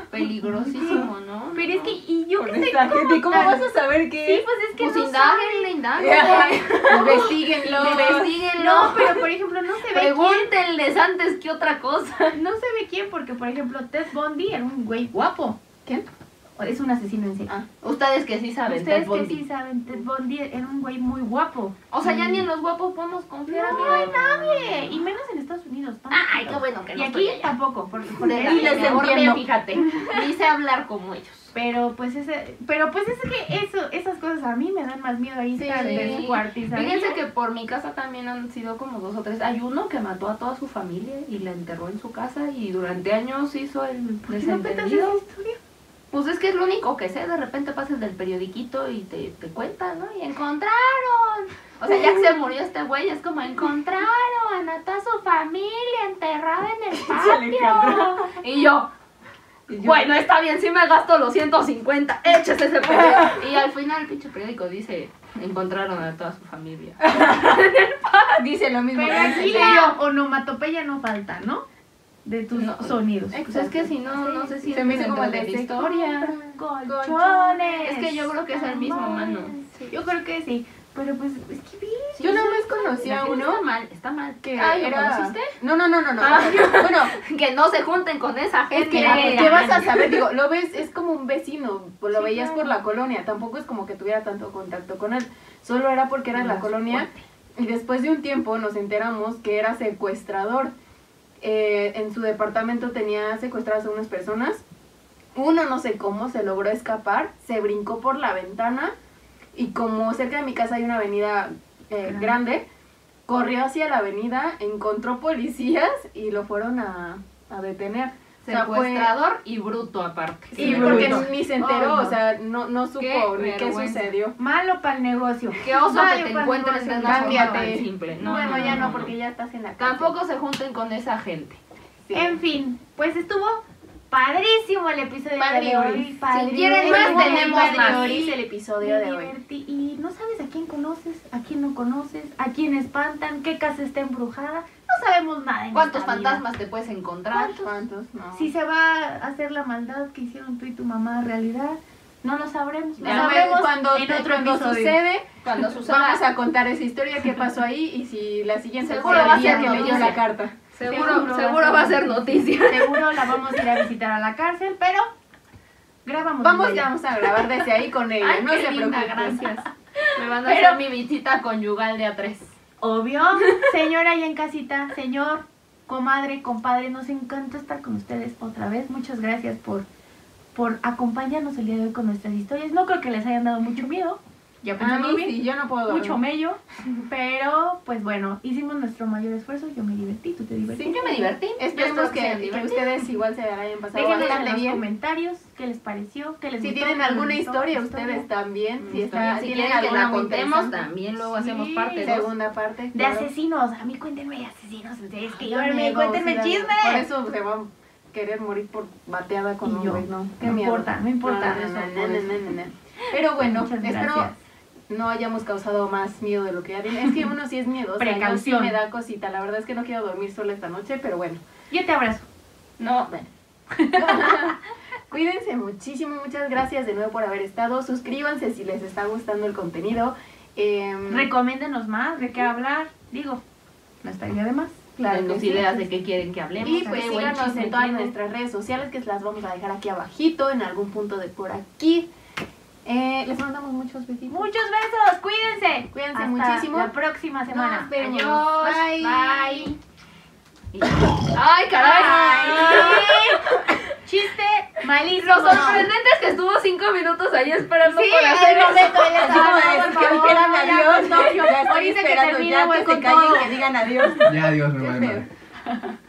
Speaker 3: Peligrosísimo, ¿no?
Speaker 1: Pero es que, ¿y yo
Speaker 2: Con
Speaker 1: qué sé
Speaker 2: esta
Speaker 1: cómo
Speaker 2: gente, ¿y ¿Cómo
Speaker 1: tan-
Speaker 2: vas a saber
Speaker 1: Sí,
Speaker 2: qué
Speaker 1: pues es que
Speaker 3: Pues
Speaker 1: no
Speaker 3: indáguenle,
Speaker 2: Ay,
Speaker 3: indáguenle.
Speaker 2: Investíguenlo.
Speaker 1: sabe.
Speaker 3: Investíguenlo.
Speaker 1: No, pero por ejemplo, no se ve
Speaker 3: Pregúntenles antes que otra cosa.
Speaker 1: quién. No se ve quién, porque por ejemplo, Ted Bundy era un güey guapo.
Speaker 2: ¿Quién?
Speaker 1: Es un asesino en serie.
Speaker 3: Ah, ustedes que sí saben,
Speaker 1: Ustedes
Speaker 3: Ted Bundy.
Speaker 1: que sí saben, Ted Bundy era un güey muy guapo.
Speaker 3: O sea, ya ni en los guapos podemos confiar,
Speaker 1: No,
Speaker 3: amigo.
Speaker 1: hay nadie. Y menos en Estados Unidos. tan
Speaker 3: Ay, qué
Speaker 1: poquito.
Speaker 3: bueno que
Speaker 1: Y
Speaker 3: no
Speaker 1: aquí
Speaker 3: estoy allá.
Speaker 1: tampoco, porque
Speaker 3: De
Speaker 1: porque
Speaker 3: la-
Speaker 1: ahí
Speaker 3: de
Speaker 1: les
Speaker 3: la Borneo,
Speaker 1: entiendo.
Speaker 3: fíjate. Ni sé hablar como ellos.
Speaker 1: Pero pues ese, pero pues es que eso, esas cosas a mí me dan más miedo ahí
Speaker 3: Sí.
Speaker 1: estar descuartizada.
Speaker 3: Fíjense que por mi casa también han sido como dos o tres. Hay uno que mató a toda su familia y la enterró en su casa y durante años hizo el
Speaker 1: ¿Por qué no cuentas esa
Speaker 3: desentendido.
Speaker 1: historia?
Speaker 3: Pues es que es lo único que sé. De repente pasas del periodiquito y te, te cuentan, ¿no? Y encontraron. O sea, ya que se murió este güey, es como encontraron a toda su familia enterrada en el patio. Y yo,
Speaker 2: Y yo-
Speaker 3: Bueno, está bien, sí me gasto los 150, échese ese periódico. Y al final el pinche periódico dice, encontraron a toda su familia.
Speaker 2: ah, Dice lo mismo.
Speaker 1: Pero
Speaker 2: que
Speaker 1: aquí
Speaker 2: dice.
Speaker 1: la onomatopeya no falta, ¿no? De tus
Speaker 3: No.
Speaker 1: sonidos.
Speaker 3: Pues es que si no, no sé si
Speaker 2: Se
Speaker 3: es
Speaker 2: me hizo
Speaker 3: como
Speaker 2: como
Speaker 3: el de
Speaker 2: el
Speaker 3: la
Speaker 2: de
Speaker 3: historia.
Speaker 1: Colchones.
Speaker 3: Es que yo creo que es el mismo, mano.
Speaker 1: Yo creo que sí. Pero pues, es que bien.
Speaker 2: Yo nada más conocí a uno
Speaker 3: Está mal, está mal.
Speaker 2: que
Speaker 3: Ay, ¿lo
Speaker 2: era...
Speaker 3: conociste?
Speaker 2: No, no, no, no, no.
Speaker 3: Ah.
Speaker 2: Bueno,
Speaker 3: Que no se junten con esa
Speaker 2: es
Speaker 3: gente.
Speaker 2: que,
Speaker 3: Ah,
Speaker 2: ¿qué vas a saber? Digo, lo ves, es como un vecino, lo
Speaker 1: Sí,
Speaker 2: veías
Speaker 1: claro.
Speaker 2: por la colonia, tampoco es como que tuviera tanto contacto con él, solo era porque era de la
Speaker 3: Más
Speaker 2: colonia y después de un tiempo nos enteramos que era secuestrador. Eh, en su departamento tenía secuestradas a unas personas, uno no sé cómo se logró escapar, se brincó por la ventana y como cerca de mi casa hay una avenida eh,
Speaker 1: Grande.
Speaker 2: grande, corrió hacia la avenida, encontró policías y lo fueron a, a detener. O sea, fue-
Speaker 3: Secuestrador y bruto aparte.
Speaker 1: Sí,
Speaker 2: Sí, porque
Speaker 1: bruto.
Speaker 2: ni se enteró,
Speaker 3: Ay, no.
Speaker 2: o sea, no, no supo
Speaker 3: Qué
Speaker 2: ni qué
Speaker 3: vergüenza.
Speaker 2: sucedió.
Speaker 1: Malo para el negocio.
Speaker 3: Qué oso
Speaker 1: Ay,
Speaker 3: que te
Speaker 1: cuando
Speaker 3: encuentres de
Speaker 1: se
Speaker 3: una forma
Speaker 2: cámbiate.
Speaker 3: tan simple. No,
Speaker 1: bueno, ya no,
Speaker 3: no.
Speaker 1: porque ya estás en la cárcel.
Speaker 3: Tampoco se junten con esa gente.
Speaker 2: Sí.
Speaker 1: En fin, pues estuvo padrísimo el episodio de
Speaker 2: Padrioris.
Speaker 1: hoy. Padrioris.
Speaker 3: Si quieren más,
Speaker 1: Estuvo
Speaker 3: tenemos
Speaker 1: muy
Speaker 3: más.
Speaker 1: padrioris
Speaker 2: el
Speaker 1: episodio
Speaker 2: episodio
Speaker 1: de hoy. Y no sabes a quién conoces, a quién no conoces, a quién espantan, qué casa está embrujada. No sabemos nada. en
Speaker 3: ¿Cuántos
Speaker 1: esta vida.
Speaker 3: fantasmas te puedes encontrar?
Speaker 2: ¿Cuántos? No.
Speaker 1: Si se va a hacer la maldad que hicieron tú y tu mamá realidad, no lo sabremos. Lo
Speaker 2: Ya
Speaker 1: sabremos
Speaker 2: me- cuando
Speaker 1: en otro
Speaker 2: cuando
Speaker 1: episodio.
Speaker 2: sucede,
Speaker 3: Cuando
Speaker 2: vamos
Speaker 3: suceda.
Speaker 2: a contar esa historia, qué pasó ahí y si la siguiente
Speaker 3: Seguro
Speaker 2: fue el
Speaker 3: va a
Speaker 2: día
Speaker 3: ser
Speaker 2: que leyó
Speaker 3: noticia.
Speaker 2: la carta.
Speaker 1: Seguro
Speaker 3: Seguro, seguro va a ser noticia.
Speaker 1: Seguro la vamos a ir a visitar a la cárcel, pero grabamos.
Speaker 2: Vamos,
Speaker 1: desde
Speaker 2: ya
Speaker 1: allá.
Speaker 2: vamos a grabar desde ahí con ella,
Speaker 3: Ay,
Speaker 2: no
Speaker 3: qué
Speaker 2: se
Speaker 3: linda,
Speaker 2: preocupen.
Speaker 3: gracias. Me van a
Speaker 1: Pero-
Speaker 3: hacer mi visita conyugal de a tres.
Speaker 1: Obvio, señora ahí en casita, señor, comadre, compadre, nos encanta estar con ustedes otra vez. Muchas gracias por, por acompañarnos el día de hoy con nuestras historias. No creo que les hayan dado mucho miedo, ya
Speaker 2: A
Speaker 1: pensando
Speaker 2: mí
Speaker 1: bien,
Speaker 2: sí, yo no puedo dormir.
Speaker 1: mucho mello, pero pues bueno, hicimos nuestro mayor esfuerzo. Yo me divertí, tú te divertiste.
Speaker 3: Sí, yo me divertí.
Speaker 2: Esperemos que,
Speaker 3: sean
Speaker 2: que
Speaker 3: divertidos.
Speaker 2: ustedes igual se la hayan pasado
Speaker 1: Déjenos en
Speaker 2: bastante
Speaker 1: los
Speaker 2: bien.
Speaker 1: comentarios qué les pareció, qué les
Speaker 2: Si
Speaker 1: gustó,
Speaker 2: tienen
Speaker 1: qué les
Speaker 2: alguna
Speaker 1: gustó,
Speaker 2: historia,
Speaker 1: historia.
Speaker 2: ustedes también. Si,
Speaker 3: Está
Speaker 2: está,
Speaker 3: bien, Si
Speaker 2: tienen
Speaker 3: quieren que
Speaker 2: alguna
Speaker 3: la
Speaker 2: muy
Speaker 3: contemos,
Speaker 2: interesante.
Speaker 3: también luego
Speaker 1: Sí.
Speaker 3: hacemos parte dos.
Speaker 2: Segunda parte.
Speaker 1: De
Speaker 2: claro.
Speaker 1: asesinos, a mí cuéntenme de asesinos, ustedes que yo
Speaker 2: Ay,
Speaker 1: me
Speaker 2: amigos, sí,
Speaker 1: cuéntenme
Speaker 2: la-
Speaker 1: chismes.
Speaker 2: Por eso se va a querer morir por bateada con
Speaker 1: Y
Speaker 2: un
Speaker 1: yo,
Speaker 2: güey, no. Qué
Speaker 1: no
Speaker 2: miedo.
Speaker 1: importa, no importa.
Speaker 2: No, no, no,
Speaker 1: Por
Speaker 2: no,
Speaker 1: eso.
Speaker 2: no, no, no, no. Pero bueno,
Speaker 1: Muchas
Speaker 2: espero
Speaker 1: gracias.
Speaker 2: no hayamos causado más miedo de lo que ya tiene. Es que uno sí es miedo.
Speaker 1: Precaución.
Speaker 2: me da cosita. La verdad es que no quiero dormir sola esta noche, pero bueno.
Speaker 1: Yo te abrazo.
Speaker 3: No, bueno.
Speaker 2: Cuídense muchísimo. Muchas gracias de nuevo por haber estado. Suscríbanse si les está gustando el contenido. Em,
Speaker 1: Recomiéndenos más de qué hablar. Digo, no estaría de más.
Speaker 2: claro que
Speaker 3: Denos
Speaker 2: sí.
Speaker 3: ideas de qué quieren que hablemos.
Speaker 2: Y pues
Speaker 3: Qué buen
Speaker 2: síganos
Speaker 3: chisme
Speaker 2: en todas
Speaker 3: tienen.
Speaker 2: nuestras redes sociales que las vamos a dejar aquí abajito, en algún punto de por aquí. Eh, les mandamos muchos besitos.
Speaker 1: Muchos besos, cuídense.
Speaker 2: Cuídense
Speaker 1: Hasta
Speaker 2: muchísimo.
Speaker 1: La próxima semana.
Speaker 2: Nos vemos.
Speaker 1: Adiós.
Speaker 2: Bye.
Speaker 1: Bye.
Speaker 3: Y- ¡Ay, caray!
Speaker 1: Chiste malísimo.
Speaker 3: Lo sorprendente es que estuvo cinco minutos ahí esperando
Speaker 1: Sí,
Speaker 3: para hacer
Speaker 1: el momento
Speaker 3: eso.
Speaker 1: ya
Speaker 2: Así como
Speaker 1: estaba.
Speaker 2: es,
Speaker 1: por
Speaker 2: que
Speaker 1: favor,
Speaker 2: dijeran
Speaker 1: ya,
Speaker 2: adiós,
Speaker 1: no, yo-
Speaker 2: ya pues, estoy
Speaker 1: ahorita que
Speaker 2: esperando,
Speaker 1: termine
Speaker 2: ya
Speaker 1: voy
Speaker 2: que
Speaker 1: con
Speaker 2: se callen,
Speaker 1: todo.
Speaker 2: que digan adiós.
Speaker 4: Ya, adiós, me vale
Speaker 2: feo.
Speaker 4: madre.